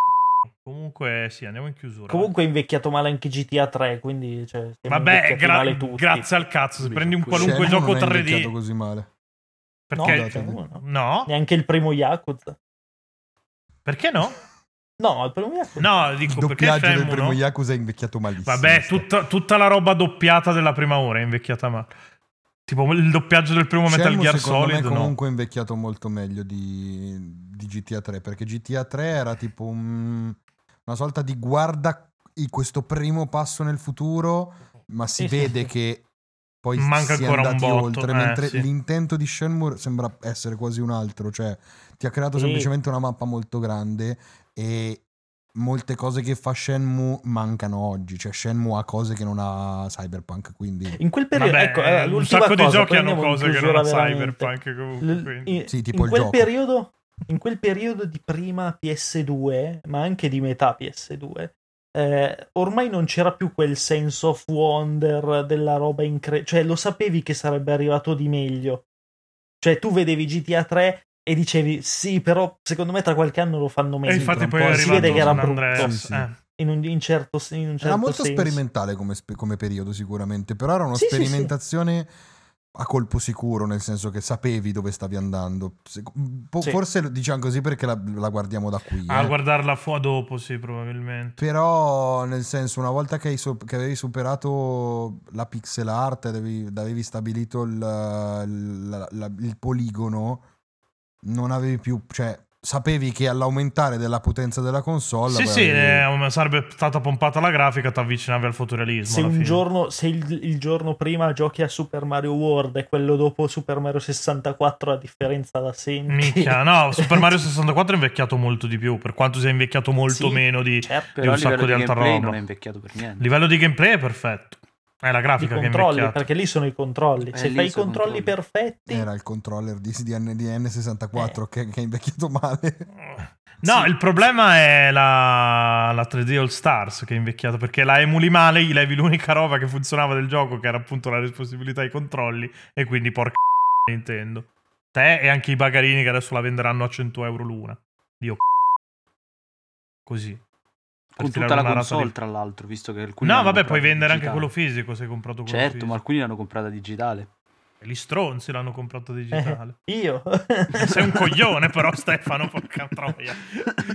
B: Comunque, sì, andiamo in chiusura.
C: Comunque è invecchiato male anche GTA 3, quindi cioè, siamo
B: Vabbè,
C: invecchiati
B: gra-
C: male tutti.
B: grazie al cazzo. Se
D: Mi
B: prendi un
D: sono
B: qualunque
A: Shenmue
B: gioco
A: Cioè, non è invecchiato
B: 3D,
A: così male.
C: No, cioè,
B: perché
A: Scusate.
C: no, no.
B: no?
C: Neanche il primo Yakuza.
B: Perché no?
C: No, il primo Yakuza.
B: No,
A: Il
B: dico perché
A: doppiaggio del
B: Shenmue,
A: primo
B: no?
A: Yakuza è invecchiato malissimo.
B: Vabbè,
A: Sta-
B: tutta, tutta la roba doppiata della prima ora è invecchiata male. Tipo il doppiaggio del primo Metal
A: Shenmue,
B: Gear
A: secondo
B: Solid,
A: me
B: no.
A: comunque è invecchiato molto meglio di, di GTA 3 perché GTA 3 era tipo un- una sorta di guarda i- questo primo passo nel futuro ma si
C: Sì, sì,
A: vede
C: sì.
A: che poi
B: Manca
A: si è
B: ancora un
A: andati
B: botto,
A: oltre
B: eh,
A: mentre
B: sì.
A: l'intento di Shenmue sembra essere quasi un altro cioè ti ha creato
C: Sì.
A: semplicemente una mappa molto grande e molte cose che fa Shenmue mancano oggi cioè Shenmue ha cose che non ha Cyberpunk quindi
C: In quel periodo,
B: Vabbè,
C: ecco, eh,
B: un
C: l'ultima
B: sacco di
C: cosa,
B: giochi
C: poi
B: hanno
C: andiamo in
B: cose che non
C: chiusura
B: ha
C: veramente.
B: Cyberpunk. Comunque,
C: L-
B: quindi.
C: in,
A: Sì, tipo
C: in
A: il
C: quel
A: gioco.
C: periodo, in quel periodo di prima PS2, ma anche di metà PS2, eh, ormai non c'era più quel sense of wonder della roba incredibile. Cioè, lo sapevi che sarebbe arrivato di meglio. Cioè, tu vedevi GTA 3 e dicevi, sì, però secondo me tra qualche anno lo fanno
B: E
C: meglio.
B: infatti
A: tra
B: poi
A: un
B: è
A: po'
B: arrivato
A: si vede che era
B: San
C: brutto.
B: Andreas.
A: Sì, sì.
B: eh.
C: In un, in certo, sen- in un certo
A: Era molto
C: senso.
A: sperimentale come, spe- come periodo sicuramente, però era una
C: Sì, sì, sì.
A: sperimentazione a colpo sicuro, nel senso che sapevi dove stavi andando. Se- po-
C: Sì. Ah,
A: Forse lo diciamo così perché la, la guardiamo da qui.
B: A
A: eh.
B: guardarla fu- dopo, sì, probabilmente.
A: Però, nel senso, una volta che, hai so- che avevi superato la pixel art, avevi, avevi stabilito il, la- la- il poligono, non avevi più, cioè, sapevi che all'aumentare della potenza della console...
B: Sì,
A: poi
B: sì,
A: avevi-
B: eh, sarebbe stata pompata la grafica, ti avvicinavi al fotorealismo.
C: Se,
B: alla
C: un
B: fine.
C: giorno, se il, il giorno prima giochi a Super Mario World e quello dopo Super Mario 64 la differenza la senti.
B: Minchia, no, Super Mario 64 è invecchiato molto di più, per quanto sia invecchiato molto
C: Sì.
B: meno di...
C: Certo,
D: Però
B: un
D: a
B: sacco
D: livello
B: di
D: di
B: altra
D: gameplay
B: roba.
D: non è invecchiato per niente.
B: livello di gameplay è perfetto. È la
C: i
B: grafica che è
C: controlli,
B: invecchiata.
C: perché lì sono i controlli.
D: Eh,
C: se
D: lì
C: fai i
D: sono i
C: controlli,
D: controlli.
C: perfetti,
A: Era il controller di, di NDN64 che, che è invecchiato male.
B: No,
C: Sì.
B: il problema è la, la 3D All Stars che è invecchiata perché la emuli male, gli levi l'unica roba che funzionava del gioco che era appunto la responsabilità ai controlli e quindi porca Nintendo. Te e anche i bagarini che adesso la venderanno a 100 euro l'una. Dio c***o. Così. Per
D: Con
B: tirare
D: tutta la
B: una rata
D: console,
B: di-
D: tra l'altro, visto che alcuni.
B: No,
D: l'hanno
B: vabbè, puoi
D: comprata
B: vendere anche
D: digitale.
B: quello fisico se hai comprato quello
D: Certo,
B: fisico.
D: ma alcuni l'hanno comprata digitale.
B: Gli stronzi l'hanno comprato digitale.
C: io.
B: Sei un coglione, però, Stefano. Porca troia.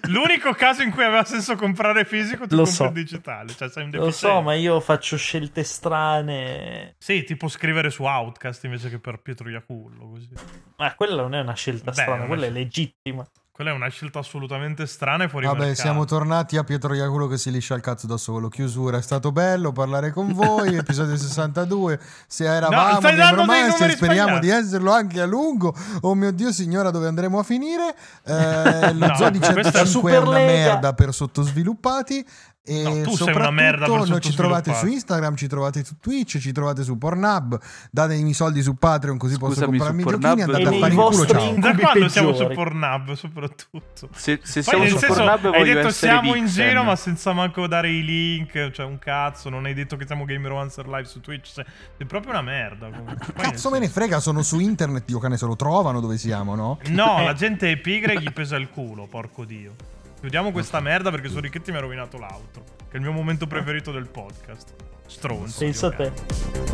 B: L'unico caso in cui aveva senso comprare fisico, tu
C: Lo
B: compri
C: so.
B: il digitale. Cioè, sei un
C: Lo so,
B: deficiente.
C: ma io faccio scelte strane.
B: Sì, tipo scrivere su Outcast invece che per Pietro Iacullo. Così.
C: Ma quella non è una scelta
B: Beh,
C: strana,
B: non è
C: quella è
B: scelta.
C: legittima.
B: Quella è una scelta assolutamente strana e fuori
A: Vabbè,
B: mercato.
A: siamo tornati a Pietro Iaculo che si liscia il cazzo da solo. Chiusura, è stato bello parlare con voi. episodio 62. Se
B: No,
A: eravamo
B: stai dando dei
A: Gameromance,
B: numeri
A: speriamo
B: sbagliati.
A: di esserlo anche a lungo. Oh mio dio, signora, dove andremo a finire? Eh, lo
B: No,
A: zoo di
B: questa è
A: 105 è una
C: Superlega.
A: merda per sottosviluppati. E
B: No, tu sei una
A: soprattutto
B: merda per
A: noi ci trovate su
B: sottosviluppati.
A: Instagram, ci trovate su Twitch, ci trovate su Pornhub. Datemi i soldi su Patreon così posso
D: Scusami, su
A: comprarmi i
D: Pornhub-
A: giochini. Andate
D: E
A: a
D: nei
A: fare il culo,
C: vostri
A: ciao.
B: Da
C: incubi
B: quando siamo su
C: peggiori.
B: Pornhub, soprattutto.
D: Se, se
B: Poi
D: siamo
B: nel
D: su
B: senso,
D: Pornhub,
B: hai
D: voglio
B: detto
D: essere
B: siamo in
D: Vixen.
B: giro ma senza manco dare i link, cioè un cazzo, non hai detto che siamo Gamer Answer Live su Twitch, cioè, è proprio una merda. comunque. Poi
A: Cazzo me
B: nel
A: ne frega, sono su internet, io cane se lo trovano dove siamo, no?
B: senso- No, la gente è pigra e gli pesa il culo, porco dio. Chiudiamo questa merda perché su Richetti mi ha rovinato l'altro, che è il mio momento preferito del podcast. Stronzo.
C: Pensa a te.
B: io, cazzo.